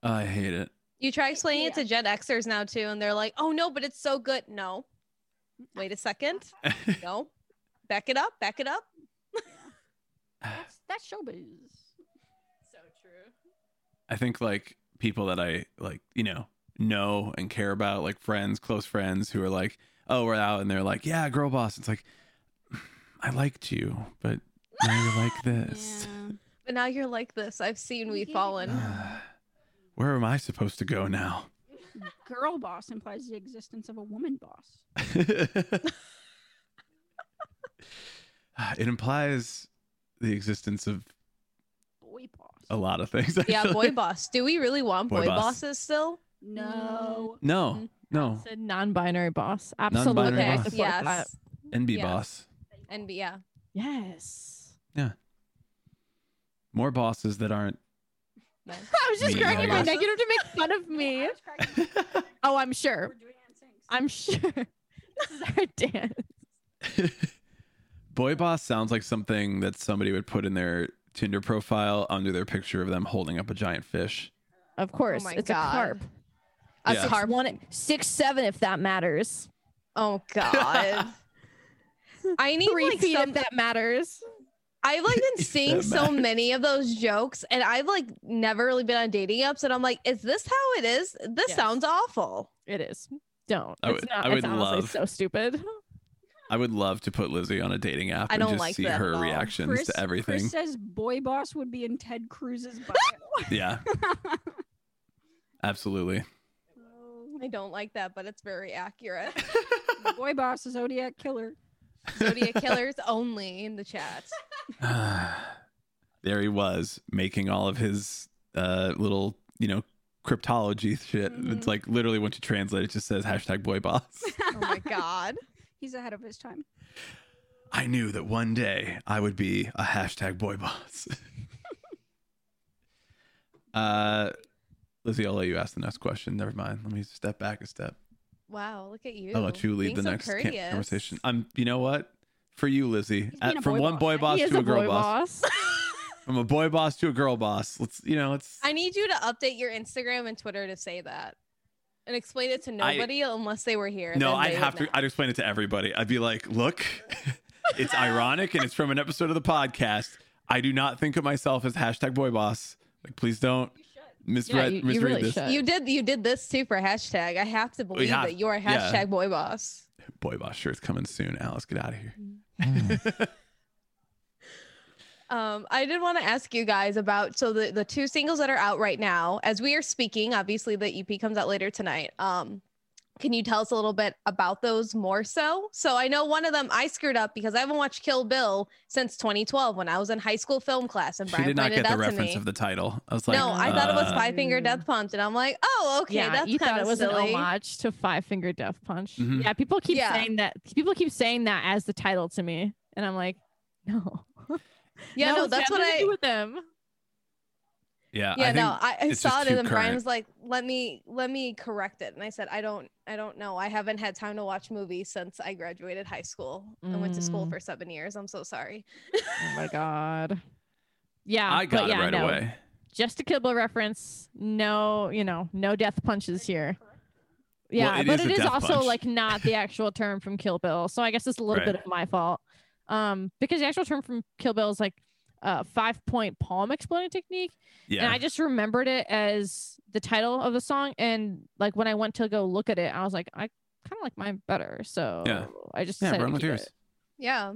Oh, I hate it. You try explaining it to Gen Xers now too, and they're like, "Oh no, but it's so good." No, wait a second. No, back it up. Back it up. That's that's showbiz. So true. I think like people that I like, you know, know and care about, like friends, close friends who are like, oh, we're out and they're like, yeah, girl boss. It's like, I liked you, but now you're like this. But now you're like this. I've seen we Yeah. fallen. Where am I supposed to go now? Girl boss implies the existence of a woman boss. it implies the existence of Boy boss. a lot of things. Yeah, actually. boy boss. Do we really want Boy boy, boss. bosses still? No. No, no. Mm-hmm. It's a non-binary boss. Absolutely. Oh. Non-binary I boss. support that. Yes. NB Yeah. boss. And be- yeah, Yes. More bosses that aren't. no. I was just Me, cracking I my guess. negative to make fun of me. Oh, I'm sure. I'm sure. This is our dance. Boy boss sounds like something that somebody would put in their Tinder profile under their picture of them holding up a giant fish. Of course. my it's God. a carp. A Yeah. carp. One six seven if that matters. Oh god. I need Three like feet some if that matters. I've like been seeing that so matters. many of those jokes, and I've like never really been on dating apps, and I'm like, is this how it is? This Yes. sounds awful. It is. Don't. I it's would- not I it's would honestly love- so stupid. I would love to put Lizzie on a dating app I and don't just like see that at her all. reactions Chris, to everything. Chris says boy boss would be in Ted Cruz's bio. Yeah, absolutely. I don't like that, but it's very accurate. The boy boss is Zodiac killer. Zodiac killers only in the chat. there he was making all of his uh, little, you know, cryptology shit. Mhm. It's like literally once you translate it, it just says hashtag boy boss. Oh my god. He's ahead of his time. I knew that one day I would be a hashtag boy boss. uh, Lizzie, I'll let you ask the next question. Never mind. Let me step back a step. Wow, look at you. I'll let you lead being the so next ca- courteous. conversation. I'm. You know what? For you, Lizzie, He's at- being a from boy one boss. boy He boss he is to a, a girl boy boss. boss. from a boy boss to a girl boss. Let's, you know, it's. I need you to update your Instagram and Twitter to say that. And explain it to I- nobody unless they were here. No, then I'd they would have know. to. I'd explain it to everybody. I'd be like, look, it's ironic and it's from an episode of the podcast. I do not think of myself as hashtag boy boss. Like, please don't misread you- you misread really this. should. You did you did this too for hashtag. I have to believe have- that you're a yeah. hashtag boy boss. Boy boss shirt's coming soon. Alice, get out of here. Um, I did want to ask you guys about so the the E two singles that are out right now. As we are speaking, obviously the EP comes out later tonight. Um, Can you tell us a little bit about those more so? So I know one of them I screwed up because I haven't watched Kill Bill since 2012 when I was in high school film class and She Brian did not pointed get the out to reference me. of the title. I was like, no, I thought it was uh, Five Finger Death Punch, and I'm like, oh, okay, yeah, that's you thought kind it of was silly. an homage to Five Finger Death Punch. Mhm. Yeah, people keep Yeah. saying that. People keep saying that as the title to me, and I'm like, no. yeah, That no, was- that's had what nothing to do I. with them. Yeah, Yeah, I think no, uh, I, I it's just saw it, too and then Brian current. was like, "Let me, let me correct it." And I said, "I don't, I don't know. I haven't had time to watch movies since I graduated high school and went to school Mm. for seven years. I'm so sorry." Oh my god. Yeah, I but got yeah, it right no. away. Just a Kibble reference. No, you know, no death punches here. Yeah, it but is a it is death also punch. like not the actual term from Kill Bill, so I guess it's a little Right. bit of my fault. Um, because the actual term from Kill Bill is like uh five point palm exploding technique, Yeah, and I just remembered it as the title of the song. And like when I went to go look at it, I was like, I kind of like mine better. So I just yeah, decided Brian to with keep yours. it. Yeah.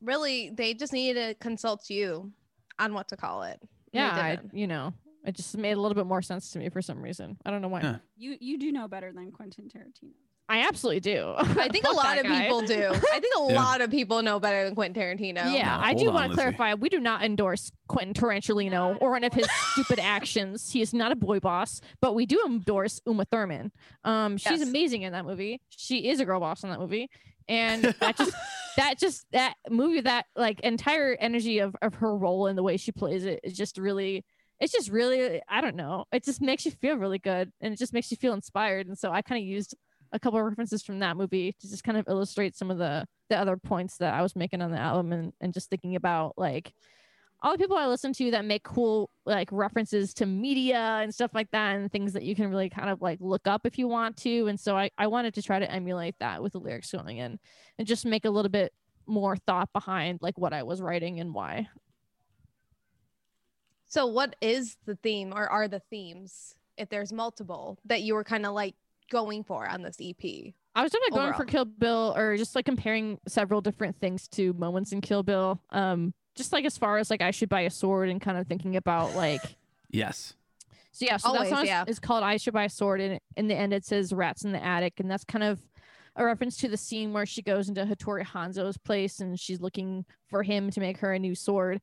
Really, they just needed to consult you on what to call it. and they Yeah, I, didn't. you know, it just made a little bit more sense to me for some reason. I don't know why. Yeah. You you do know better than Quentin Tarantino. I absolutely do. I think a Fuck lot of that guy. people do. I think a Yeah. lot of people know better than Quentin Tarantino. Yeah, No, I hold do on, want Lizzie. to clarify. We do not endorse Quentin Tarantino or any of his stupid actions. He is not a boy boss, but we do endorse Uma Thurman. Um, she's Yes. amazing in that movie. She is a girl boss in that movie, and that just that just that movie that like entire energy of of her role and the way she plays it is just really. It's just really, I don't know. It just makes you feel really good, and it just makes you feel inspired. And so I kind of used a couple of references from that movie to just kind of illustrate some of the the other points that I was making on the album and, and just thinking about like all the people I listen to that make cool like references to media and stuff like that and things that you can really kind of like look up if you want to. And so I, I wanted to try to emulate that with the lyrics going in and just make a little bit more thought behind like what I was writing and why. So what is the theme or are the themes, if there's multiple, that you were kind of like going for on this E EP? I was definitely going for Overall. Kill Bill or just like comparing several different things to moments in Kill Bill. Um just like as far as like I should buy a sword and kind of thinking about like yes, So yeah, so Always, that song is- yeah. is called "I Should Buy a Sword," and in the end, it says "Rats in the Attic," and that's kind of a reference to the scene where she goes into Hattori Hanzo's place and she's looking for him to make her a new sword.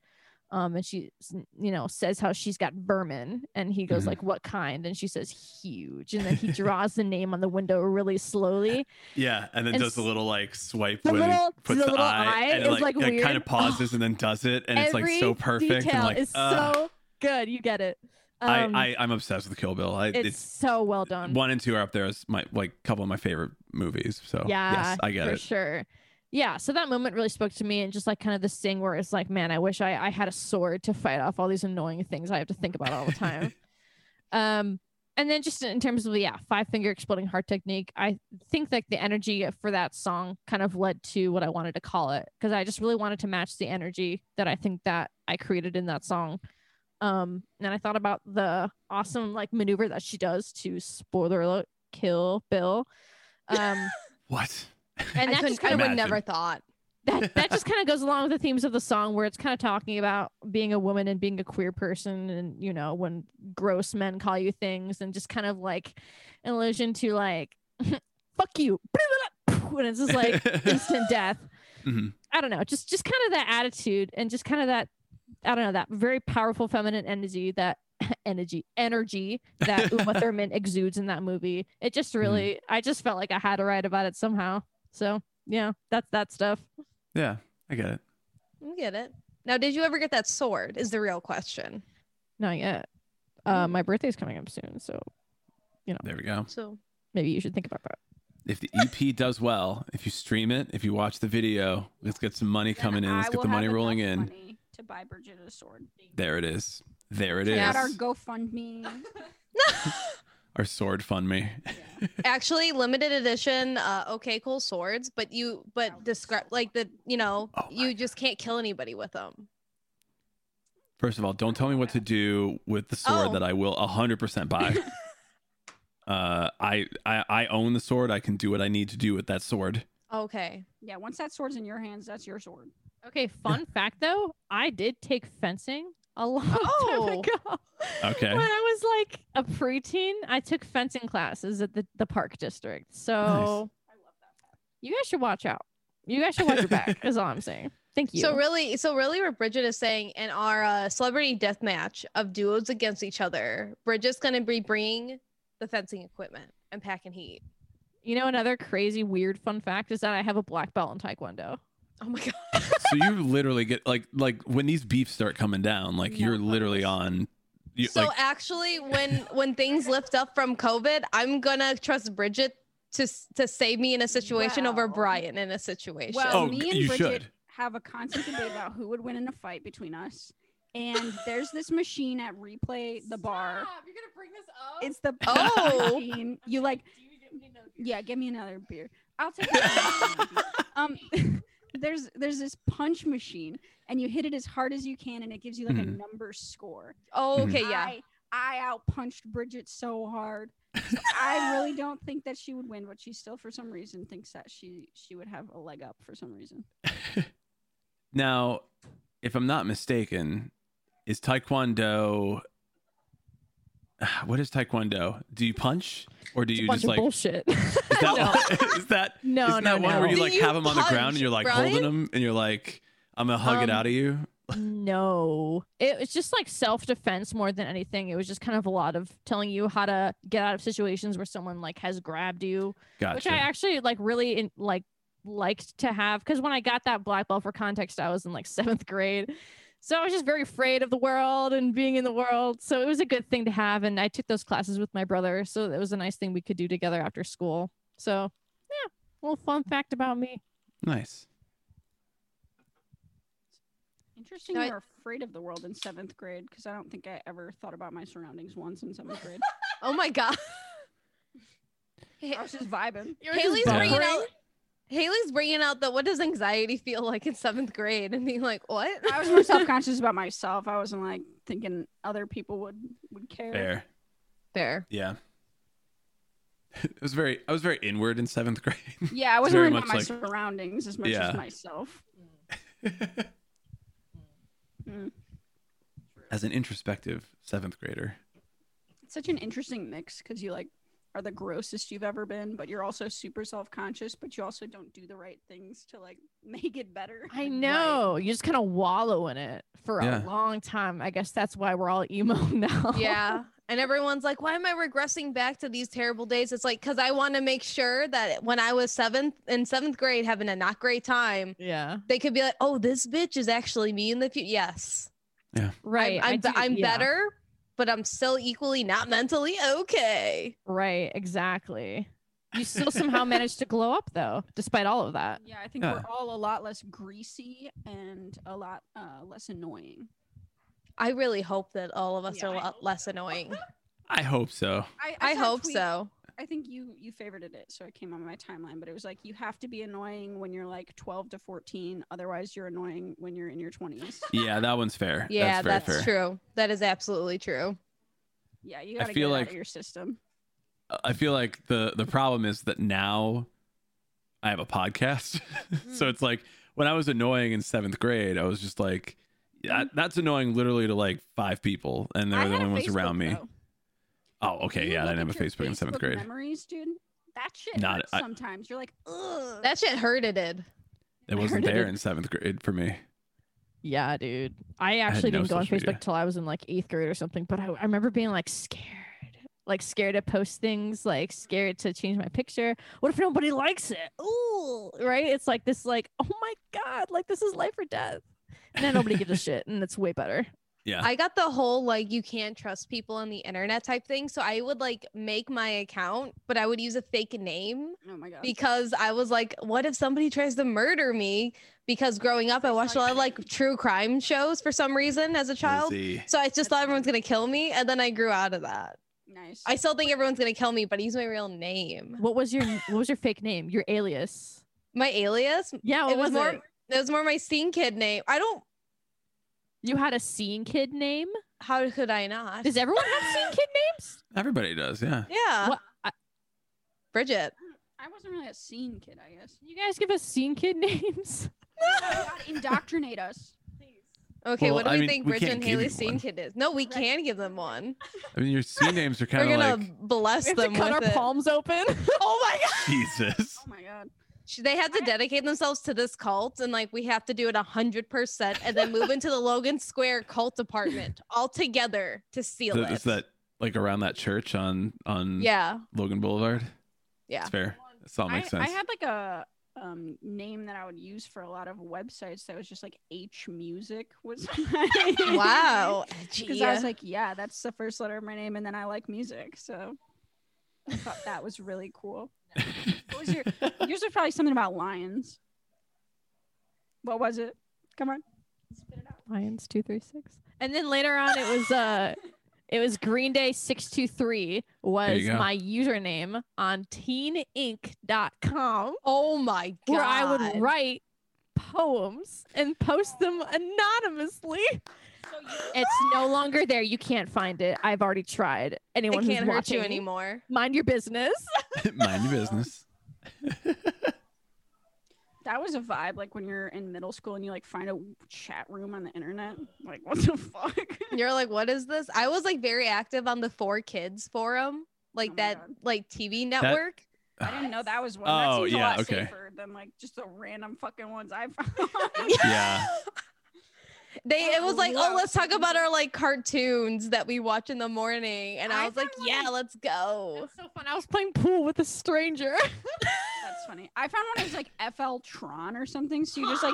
Um, and she, s- you know, says how she's got vermin, and he goes Mhm. like, "What kind?" And she says, "Huge." And then he draws the name on the window really slowly. yeah, and then And does the s- little like swipe the when little- he puts the the, little eye, eye and is, like, like, it kind weird. of pauses and then does it, and it's like so Every perfect. Detail and like, is uh, so good. You get it. Um, I, I I'm obsessed with Kill Bill. I, it's, it's, so well done. one and two are up there as my like couple of my favorite movies. So yeah, yes, I get for it. sure. Yeah, so that moment really spoke to me, and just like kind of this thing where it's like, man, I wish I I had a sword to fight off all these annoying things I have to think about all the time. um, and then just in terms of yeah, five finger exploding heart technique, I think like the energy for that song kind of led to what I wanted to call it because I just really wanted to match the energy that I think that I created in that song. Um, and I thought about the awesome like maneuver that she does to spoiler alert kill Bill. Um. What? and I that couldn't- just I kind of would imagine. never thought. that, that just kind of goes along with the themes of the song where it's kind of talking about being a woman and being a queer person and you know when gross men call you things and just kind of like an allusion to like fuck you and it's just like instant death Mhm. i don't know just just kind of that attitude and just kind of that i don't know that very powerful feminine energy that energy energy that uma thurman exudes in that movie it just really i just felt like i had to write about it somehow so yeah that's that stuff yeah, I get it. I get it. Now, did you ever get that sword? Is the real question. Not yet. Uh, my birthday's coming up soon, so There we go. So maybe you should think about that. If the EP does well, if you stream it, if you watch the video, let's get some money Then coming in. Let's I get will the money have rolling enough in. money to buy Bridget a sword. There it is. There it is. Check out our Our, GoFundMe. sword fund me. actually limited edition uh okay cool swords but you but describe like the you know Oh my you just can't kill anybody with them First of all, don't tell me what to do with the sword Oh. that I will 100% buy. uh, I, I I own the sword. I can do what I need to do with that sword. okay yeah, once that sword's in your hands, that's your sword. Okay, fun fact though, I did take fencing a long Oh. time ago. Okay. When I was like a preteen, I took fencing classes at the, the park district. So you guys should watch out. You guys should watch your back, is all I'm saying. Thank you. So really, so really, what Bridget is saying in our uh, celebrity death match of duos against each other, Bridget's gonna be bringing the fencing equipment and packing heat. you know, another crazy, weird fun fact is that I have a black belt in Taekwondo. Oh my god! so you literally get like like when these beefs start coming down, like you're literally on. You, so like, actually, when when things lift up from COVID, I'm gonna trust Bridget to s- to save me in a situation over Wow. Brian in a situation. Well, Oh, me and you Bridget should. have a constant debate about who would win in a fight between us. And there's this machine at replay the bar. Stop, You're gonna bring this up. It's the Oh. machine. You like Do you get me another beer? yeah, give me another beer. I'll take that. um there's there's this punch machine and you hit it as hard as you can and it gives you like Mhm. a number score. oh, Mhm. okay, yeah. I, I out punched Bridget so hard. So I really don't think that she would win, but she still for some reason thinks that she she would have a leg up for some reason. now, if I'm not mistaken, is Taekwondo? What is Taekwondo? Do you punch or do It's a you bunch just of like? bullshit. Is that is that no, Isn't no, that one no. where you Do like you have them on the ground punch, and you're like Brian? holding them and you're like, I'm gonna hug it Um, out of you? No, it was just like self defense more than anything. It was just kind of a lot of telling you how to get out of situations where someone like has grabbed you, which Gotcha. I actually like really in, like liked to have because when I got that black belt for context, I was in like seventh grade, so I was just very afraid of the world and being in the world. So it was a good thing to have, and I took those classes with my brother, so it was a nice thing we could do together after school. So yeah, little fun fact about me. nice. Interesting. No, you I- were afraid of the world in seventh grade because I don't think I ever thought about my surroundings once in seventh grade. Oh my god. I was just vibing. You're just Haley's Yeah. bringing buffering. out. Haley's bringing out the what does anxiety feel like in seventh grade and being like, what? I was more self conscious about myself. I wasn't like thinking other people would would care. Fair. there. Yeah. It was very I was very inward in seventh grade. Yeah, I It's wasn't very worried about much my like- surroundings as much Yeah. as myself. As an introspective seventh grader. It's such an interesting mix because you like are the grossest you've ever been, but you're also super self conscious, but you also don't do the right things to like make it better. I know. You just kind of wallow in it for Yeah. a long time. I guess that's why we're all emo now. Yeah. And everyone's like, why am I regressing back to these terrible days? It's like, because I want to make sure that when I was seventh in seventh grade having a not great time, Yeah. they could be like, oh, this bitch is actually me in the future. Yes. Right. I I'm, I'm, do- I'm yeah. better, but I'm still equally not mentally okay. Right. Exactly. You still somehow managed to glow up though, despite all of that. Yeah, I think Yeah. we're all a lot less greasy and a lot uh, less annoying. I really hope that all of us Yeah, are a I lot less annoying. I hope so. I saw a hope tweet- so. I think you you favorited it, so it came on my timeline. But it was like you have to be annoying when you're like 12 to 14, otherwise you're annoying when you're in your 20s. Yeah, that one's fair. Yeah, that's, that's, very fair. true. That is absolutely true. Yeah, you gotta feel get it out like- of your system. I feel like the the problem is that now I have a podcast, so it's like when I was annoying in seventh grade, I was just like, that, that's annoying literally to like five people, and they're I the had a only ones around Facebook, me. though. Oh, okay, You yeah, I look didn't have at a your Facebook in seventh grade. Memories, dude. That shit. Not- hurts I- sometimes you're like, ugh. That shit hurted it. It wasn't Heard it. there in seventh grade for me. Yeah, dude. I actually no didn't go on social Facebook media. till I was in like eighth grade or something, but I, I remember being like scared. Like scared to post things, like scared to change my picture. What if nobody likes it? Ooh, right? It's like this, like, oh my god, like this is life or death. And then nobody gives a shit, and it's way better. Yeah, I got the whole like you can't trust people on the internet type thing. So I would like make my account, but I would use a fake name oh my god. because I was like, what if somebody tries to murder me? Because growing up, I watched a lot of like true crime shows for some reason as a child. Lizzie. So I just thought everyone's gonna kill me, and then I grew out of that. nice. I still think everyone's gonna kill me, but he's my real name. What was your what was your fake name? Your alias? My alias, Yeah, what it was, Oh, was, more. it? It was more my scene kid name. I don't. You had a scene kid name? How could I not? Does everyone have scene kid names? everybody does. Yeah, yeah, What- I- Bridget. I wasn't really a scene kid, I guess. You guys give us scene kid names? Oh my God, indoctrinate us. Please. Okay, Well, what do I we mean, think we Bridget can't and give Haley you one. Steenkid is? No, we can give them one. I mean, your scene names are We're kind of gonna like bless We have to them cut our with it. palms open. Oh my god! Jesus. Oh my god. Sh- They have to dedicate themselves to this cult, and like we have to do it hundred percent, and then move into the Logan Square cult department all together to seal Th- it. Is that like around that church on on yeah, Logan Boulevard? yeah. It's fair. That's all I, makes sense. I had like a um name that I would use for a lot of websites that was just like H music was my Wow. Because I was like, yeah, that's the first letter of my name, and then I like music, so I thought that was really cool. What was your yours was probably something about lions. What was it? Come on. Lions two three six. And then later on, it was uh, it was Green Day six two three was go. my username on TeenInc.com, oh my god. where I would write poems and post them anonymously. It's no longer there. You can't find it. I've already tried. It Anyone who's can't hurt you watching, anymore. Mind your business. Mind your business. That was a vibe, like when you're in middle school and you like find a chat room on the internet. Like, what the fuck? You're like, what is this? I was like very active on the Four Kids forum, like my that, God. like TV network. I didn't know that was one. that Oh, seems yeah, a lot okay. safer than like just the random fucking ones I found. Yeah. They it Oh, was like, oh, wow. let's talk about our like cartoons that we watch in the morning, and I, I was like, found, yeah, like- let's go. That's so fun. I was playing pool with a stranger. That's funny. I found one that was like FL Tron or something. So you just like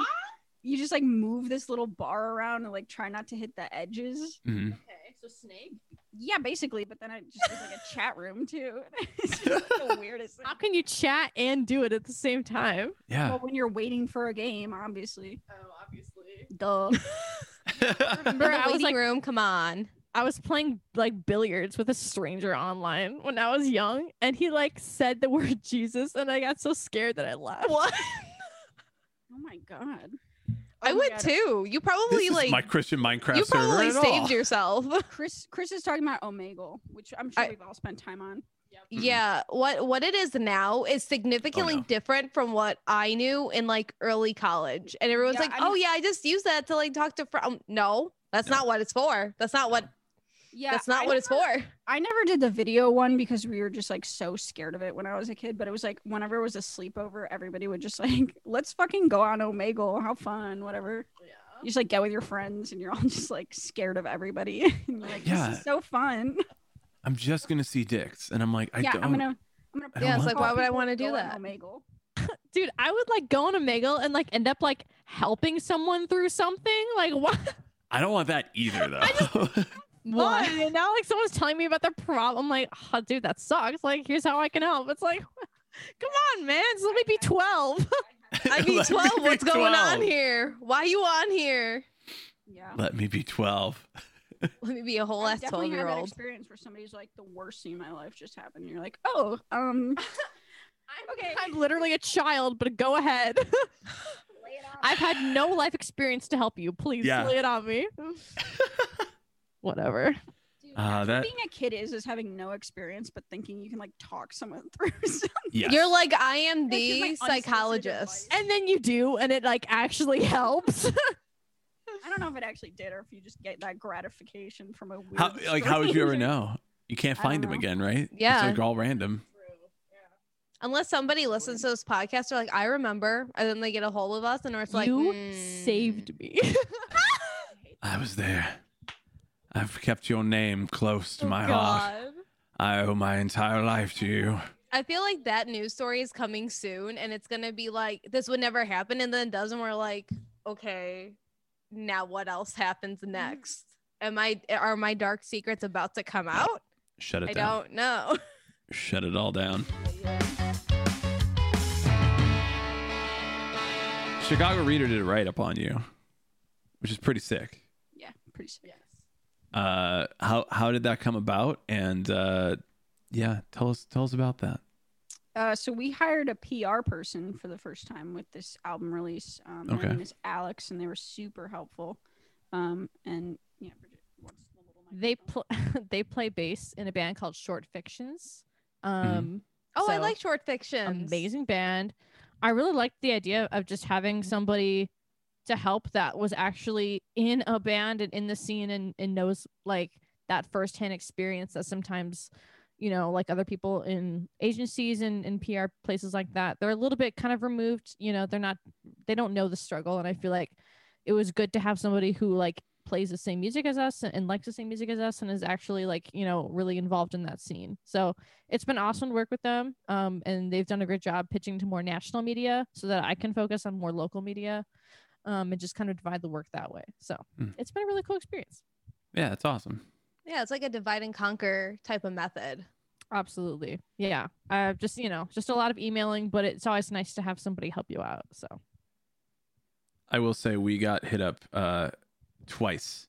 you just like move this little bar around and like try not to hit the edges. Mhm. Okay, so snake. Yeah, basically. But then it just was like a chat room too. it's just like, the weirdest thing. How can you chat and do it at the same time? Yeah. Well, when you're waiting for a game, obviously. Oh, obviously. Duh. Remember, In the I was waiting like, room, come on. I was playing like billiards with a stranger online when I was young, and he like said the word Jesus, and I got so scared that I laughed. What? Oh my god. I Oh my would God. too. This You probably is like my Christian Minecraft you server probably at saved all. yourself. Chris Chris is talking about Omegle, which I'm sure I- we've all spent time on. Mhm. yeah, what what it is now is significantly Oh, no. different from what I knew in like early college, and everyone's Yeah, like, I oh mean- yeah, I just use that to like talk to from. No, that's No. not what it's for. That's not what. Yeah. that's not I what it's never- for. I never did the video one because we were just like so scared of it when I was a kid. But it was like whenever it was a sleepover, everybody would just like, let's fucking go on Omegle, have fun, whatever. Yeah. You just like get with your friends and you're all just like scared of everybody. and you're like, Yeah. this is so fun. I'm just gonna see dicks, and I'm like, I yeah, don't. I'm gonna. I'm gonna I don't Yeah, it's want like why that. would I people want to do go on that? Omegle. Dude, I would like go on a Omegle and like end up like helping someone through something. Like what? I don't want that either, though. What? And now like someone's telling me about their problem. I'm like, oh, dude, that sucks. Like, here's how I can help. It's like, come on, man. Just let me be 12. I mean, Let me twelve. be What's going on 12. here? Why you on here? Yeah. Let me be 12. Let me be a whole I ass definitely twelve had year that old. experience where somebody's like, the worst thing in my life just happened. And you're like, oh, um, okay. I'm literally a child, but go ahead. I've had no life experience to help you. Please Yeah. lay it on me. Whatever. Uh, that. being a kid is is having no experience but thinking you can like talk someone through something. Yes. You're like I am That's just, the like, unsolicited psychologist. advice. And then you do, and it like actually helps. I don't know if it actually did or if you just get that gratification from a weird How like how would you ever stranger. know? You can't I find don't them know. again, right? Yeah. It's like all random. Unless somebody listens to this podcast, they're like, I remember, and then they get a hold of us, and it's like, you "Mm, saved me. I was there. I've kept your name close Oh, to my heart. I owe my entire life to you. I feel like that news story is coming soon, and it's gonna be like this would never happen, and then it doesn't. We're like, okay, now what else happens next? Am I are my dark secrets about to come out? Shut it I down. don't know. Shut it all down. Chicago Reader did a write up on you, which is pretty sick. Yeah, pretty sick. Uh, how how did that come about? And uh, yeah, tell us tell us about that. Uh, so we hired a PR person for the first time with this album release. Um, Okay. Her name is Alex, and they were super helpful. Um, and yeah, Bridget wants the little They microphone. pl- they play bass in a band called Short Fictions. Um, Oh, I So- like short fiction. amazing band. I really liked the idea of just having somebody to help that was actually in a band and in the scene and, and knows like that firsthand experience that sometimes you know like other people in agencies and, and pr places like that they're a little bit kind of removed you know they're not they don't know the struggle and i feel like it was good to have somebody who like plays the same music as us and, and likes the same music as us and is actually like you know really involved in that scene so it's been awesome to work with them um, and they've done a great job pitching to more national media so that i can focus on more local media um, and just kind of divide the work that way so Hmm. it's been a really cool experience Yeah, that's awesome. Yeah, it's like a divide and conquer type of method. absolutely yeah uh, just you know just a lot of emailing but it's always nice to have somebody help you out so I will say we got hit up uh, twice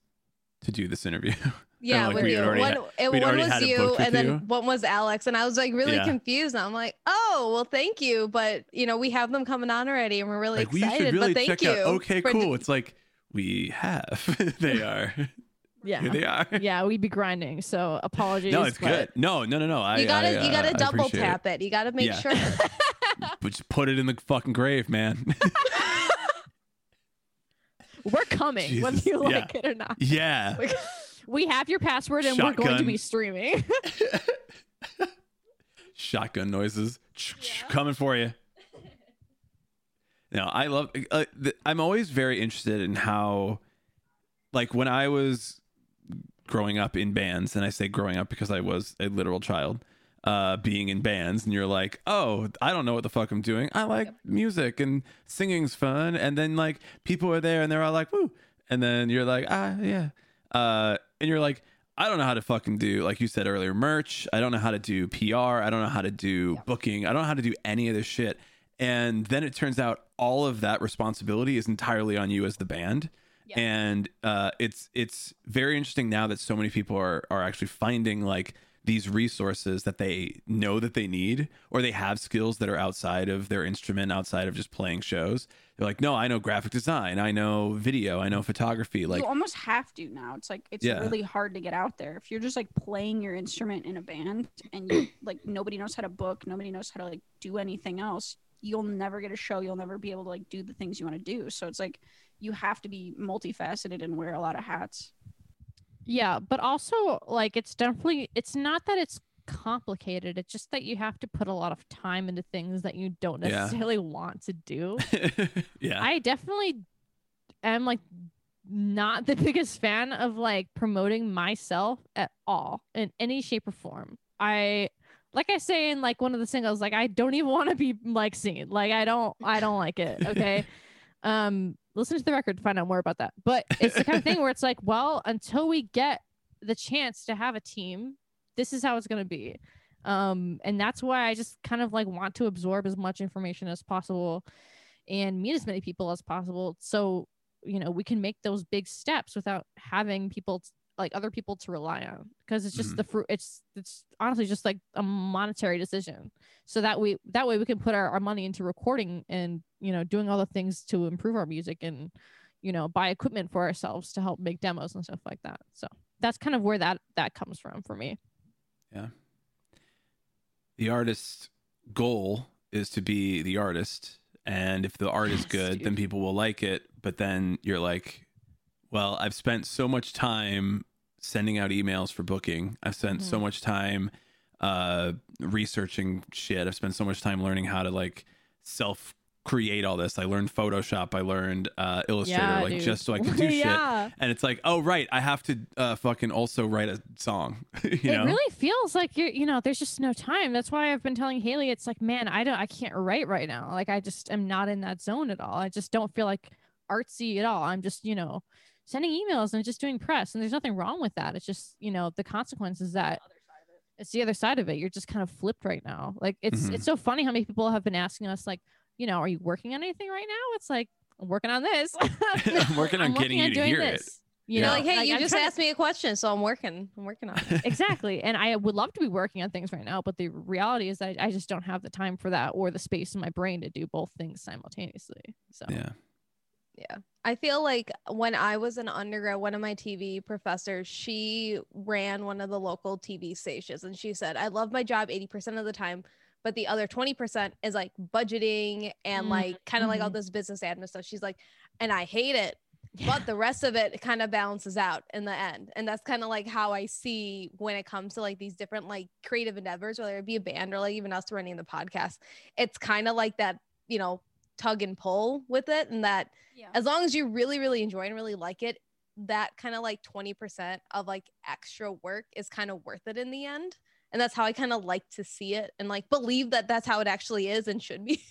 to do this interview. Yeah, like with we you. had already One, ha- it- we'd one already had was it you, booked with and then you. one was Alex. And I was like really Yeah. confused. And I'm like, oh, well, thank you. But, you know, we have them coming on already and we're really like we excited. should really but thank check you. out. Okay, for- cool. It's like we have. they are. Here yeah they are. yeah we'd be grinding so apologies No, it's but- good. No, no, no, no. I, You gotta I, you gotta uh, I double appreciate it. tap it. You gotta make Yeah. sure. But just put it in the fucking grave, man. we're coming whether Jesus, you yeah. like it or not yeah. Like, we have your password and we're going to Shotgun. be streaming. Shotgun noises Ch- ch- Yeah. coming for you. No, I love. Uh, th- I'm always very interested in how, like, when I was growing up in bands, and I say growing up because I was a literal child, uh, being in bands, and you're like, oh, I don't know what the fuck I'm doing. I like music and singing's fun, and then like people are there and they're all like, woo, and then you're like, ah, yeah, uh, and you're like. I don't know how to fucking do, like you said earlier, merch. I don't know how to do PR. I don't know how to do booking. I don't know how to do any of this shit. And then it turns out all of that responsibility is entirely on you as the band. Yeah. And uh, it's it's very interesting now that so many people are are actually finding like these resources that they know that they need or they have skills that are outside of their instrument outside of just playing shows they're like no i know graphic design i know video i know photography like you almost have to now. It's like it's Yeah. really hard to get out there if you're just like playing your instrument in a band and you like nobody knows how to book, nobody knows how to like do anything else. You'll never get a show. You'll never be able to like do the things you want to do. So it's like you have to be multifaceted and wear a lot of hats. yeah, but also like it's definitely it's not that it's complicated. It's just that you have to put a lot of time into things that you don't Yeah. necessarily want to do. yeah I definitely am like not the biggest fan of like promoting myself at all in any shape or form. I like I say in like one of the singles, like I don't even want to be like seen. Like I don't I don't like it. Okay. um listen to the record to find out more about that. But it's the kind of thing where it's like, well, until we get the chance to have a team, this is how it's gonna be. Um, and that's why I just kind of like want to absorb as much information as possible and meet as many people as possible so you know we can make those big steps without having people t- like other people to rely on because it's just Mhm. the fruit it's it's honestly just like a monetary decision so that we that way we can put our, our money into recording and you know doing all the things to improve our music and you know buy equipment for ourselves to help make demos and stuff like that so that's kind of where that that comes from for me the artist's goal is to be the artist and if the art is Yes, good then dude. people will like it but then you're like well i've spent so much time sending out emails for booking i've spent Mm. so much time uh researching shit i've spent so much time learning how to like self create all this i learned photoshop i learned uh illustrator like dude. just so i could do shit yeah and it's like oh right i have to uh fucking also write a song you it know really feels like you're you know there's just no time that's why i've been telling haley it's like man i don't i can't write right now like i just am not in that zone at all i just don't feel like artsy at all i'm just you know sending emails and just doing press and there's nothing wrong with that it's just you know the consequences that it's the other side of it you're just kind of flipped right now like it's Mhm. it's so funny how many people have been asking us like you know are you working on anything right now it's like i'm working on this I'm working on I'm getting working you on to doing hear it this you Yeah. know Like, hey, you I'm just trying to- asked me a question, so I'm working. I'm working on it. exactly and i would love to be working on things right now but the reality is that i just don't have the time for that or the space in my brain to do both things simultaneously so yeah I feel like when I was an undergrad, one of my TV professors, she ran one of the local TV stations and she said, I love my job 80% of the time, but the other 20% is like budgeting and Mm, like kind of like all mhm. this business admin stuff she's like and i hate it but the rest of it kind of balances out in the end and that's kind of like how i see when it comes to like these different like creative endeavors whether it be a band or like even us running the podcast it's kind of like that you know tug and pull with it and that Yeah. as long as you really really enjoy and really like it that kind of like 20% of like extra work is kind of worth it in the end and that's how i kind of like to see it and like believe that that's how it actually is and should be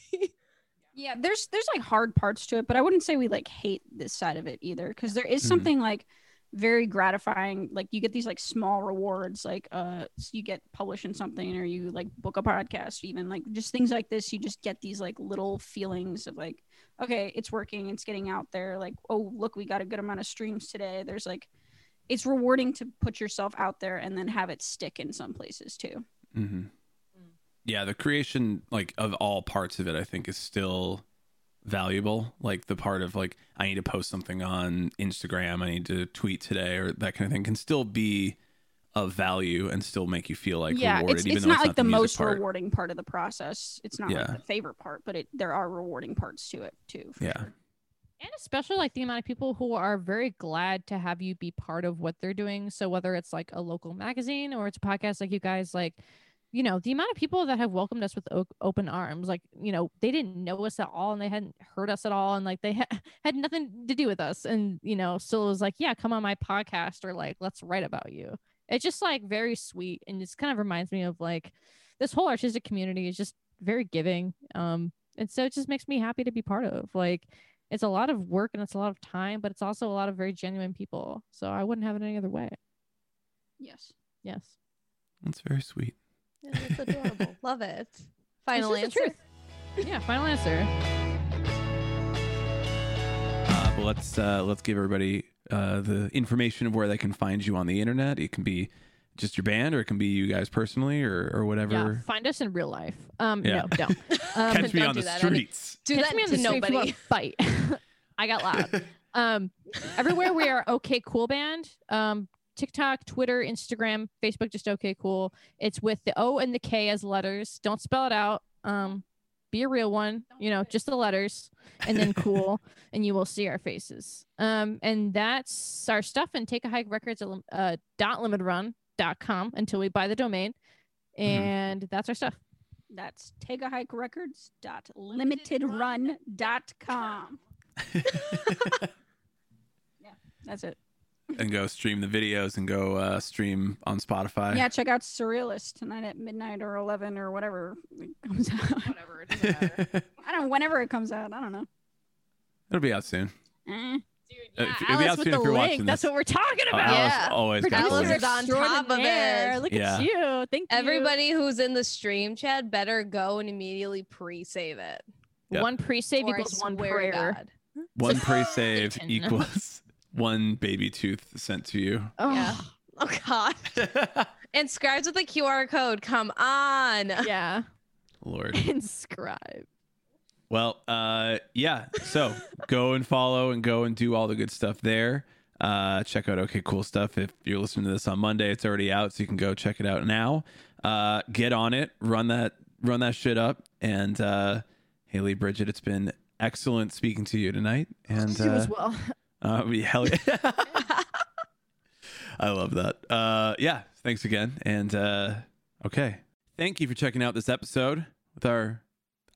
Yeah, there's there's like hard parts to it, but I wouldn't say we like hate this side of it either because there is Mhm. something like very gratifying. Like you get these like small rewards, like uh s- you get publishing something or you like book a podcast, even like just things like this. You just get these like little feelings of like, okay, it's working, it's getting out there. Like oh look, we got a good amount of streams today. There's like it's rewarding to put yourself out there and then have it stick in some places too. Mm-hmm. Yeah, the creation like of all parts of it, I think, is still valuable. Like the part of like I need to post something on Instagram, I need to tweet today, or that kind of thing, can still be of value and still make you feel like yeah, rewarded. it's, even it's though not like the, music most part. rewarding part of the process. It's not Yeah. like the favorite part, but it there are rewarding parts to it too. for Yeah. sure. and especially like the amount of people who are very glad to have you be part of what they're doing so whether it's like a local magazine or it's a podcast like you guys like you know the amount of people that have welcomed us with o- open arms like you know they didn't know us at all and they hadn't heard us at all and like they ha- had nothing to do with us and you know still was like yeah come on my podcast or like let's write about you it's just like very sweet and just kind of reminds me of like this whole artistic community is just very giving um and so it just makes me happy to be part of like it's a lot of work and it's a lot of time, but it's also a lot of very genuine people. So I wouldn't have it any other way. Yes. Yes. That's very sweet. Yeah, that's adorable love it final It's answer just the truth. yeah, final answer. Uh, but let's uh, let's give everybody uh, the information of where they can find you on the internet. It can be just your band, or it can be you guys personally, or or Yeah, whatever. find us in real life. Um, Yeah. no, don't. Um, Catch me don't on do the that, Eddie. streets. do catch that me on to the street if nobody you want to Fight. I got loud. um, everywhere we are okay cool band um tiktok twitter instagram facebook just okay cool it's with the o and the k as letters don't spell it out um be a real one you know just the letters and then cool and you will see our faces um and that's our stuff and take a hike records at lim- uh, dot limit run dot com until we buy the domain Mm-hmm. and that's our stuff That's tagahikerecords.limitedrun.com. That's it. and go stream the videos and go uh, stream on Spotify. Yeah, check out Surrealist tonight at midnight or 11 or whatever it comes out. Whatever. It doesn't matter. I don't whenever it comes out. I don't know. It'll be out soon. Eh. Dude, Uh, yeah. if- it'll be out soon if you're watching that's this. what we're talking Oh, about Alice Yeah. always got Alice the is links. on top of Extraordinaire. it. Look Yeah. at you. Thank you. everybody who's in the stream chat better go and immediately pre-save it Yep. One pre-save or I equals one swear to prayer. God. One pre-save Satan. equals one baby tooth sent to you. Yeah. oh Ugh. god and scribes with a qr code come on Oh, yeah. Lord. Inscribe. Well, uh, yeah. So go and follow and go and do all the good stuff there. Uh, check out OK Cool Stuff. If you're listening to this on Monday, it's already out, so you can go check it out now. Uh, get on it, run that, run that shit up. And uh, Haley, Bridget, it's been excellent speaking to you tonight. And you uh, as well. uh, we- hell yeah. I love that. Uh, yeah, thanks again. And uh, okay, thank you for checking out this episode with our,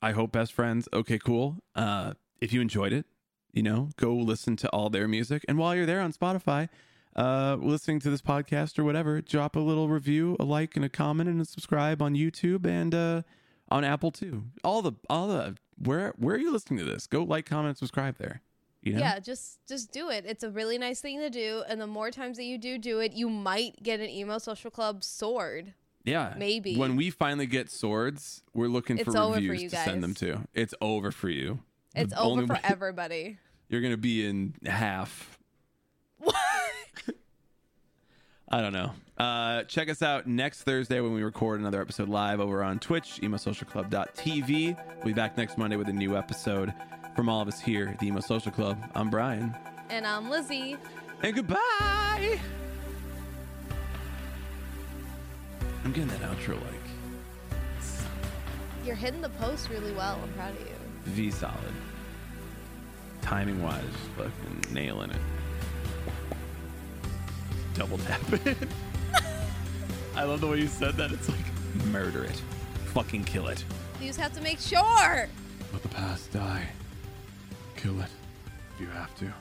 I hope, best friends. Okay, cool. Uh, if you enjoyed it, you know, go listen to all their music. And while you're there on Spotify, uh, listening to this podcast or whatever, drop a little review, a like, and a comment, and a subscribe on YouTube and uh, on Apple too. All the all the where where are you listening to this? Go like, comment, subscribe there. You know? yeah just just do it it's a really nice thing to do and the more times that you do do it you might get an emo social club sword Yeah. Maybe. When we finally get swords, we're looking It's for over for reviews you to send them guys. to. It's over for you. The it's over only for way- everybody You're going to be in half. What? I don't know. Uh, check us out next Thursday when we record another episode live over on Twitch, emosocialclub.tv. We'll be back next Monday with a new episode. From all of us here at the Emo Social Club, I'm Brian. and i'm lizzie And goodbye! I'm getting that outro like. You're hitting the post really well. I'm proud of you. V solid. Timing wise, fucking nailing it. Double tap it. I love the way you said that. It's like murder it, fucking kill it. You just have to make sure. Let the past die. Kill it if you have to.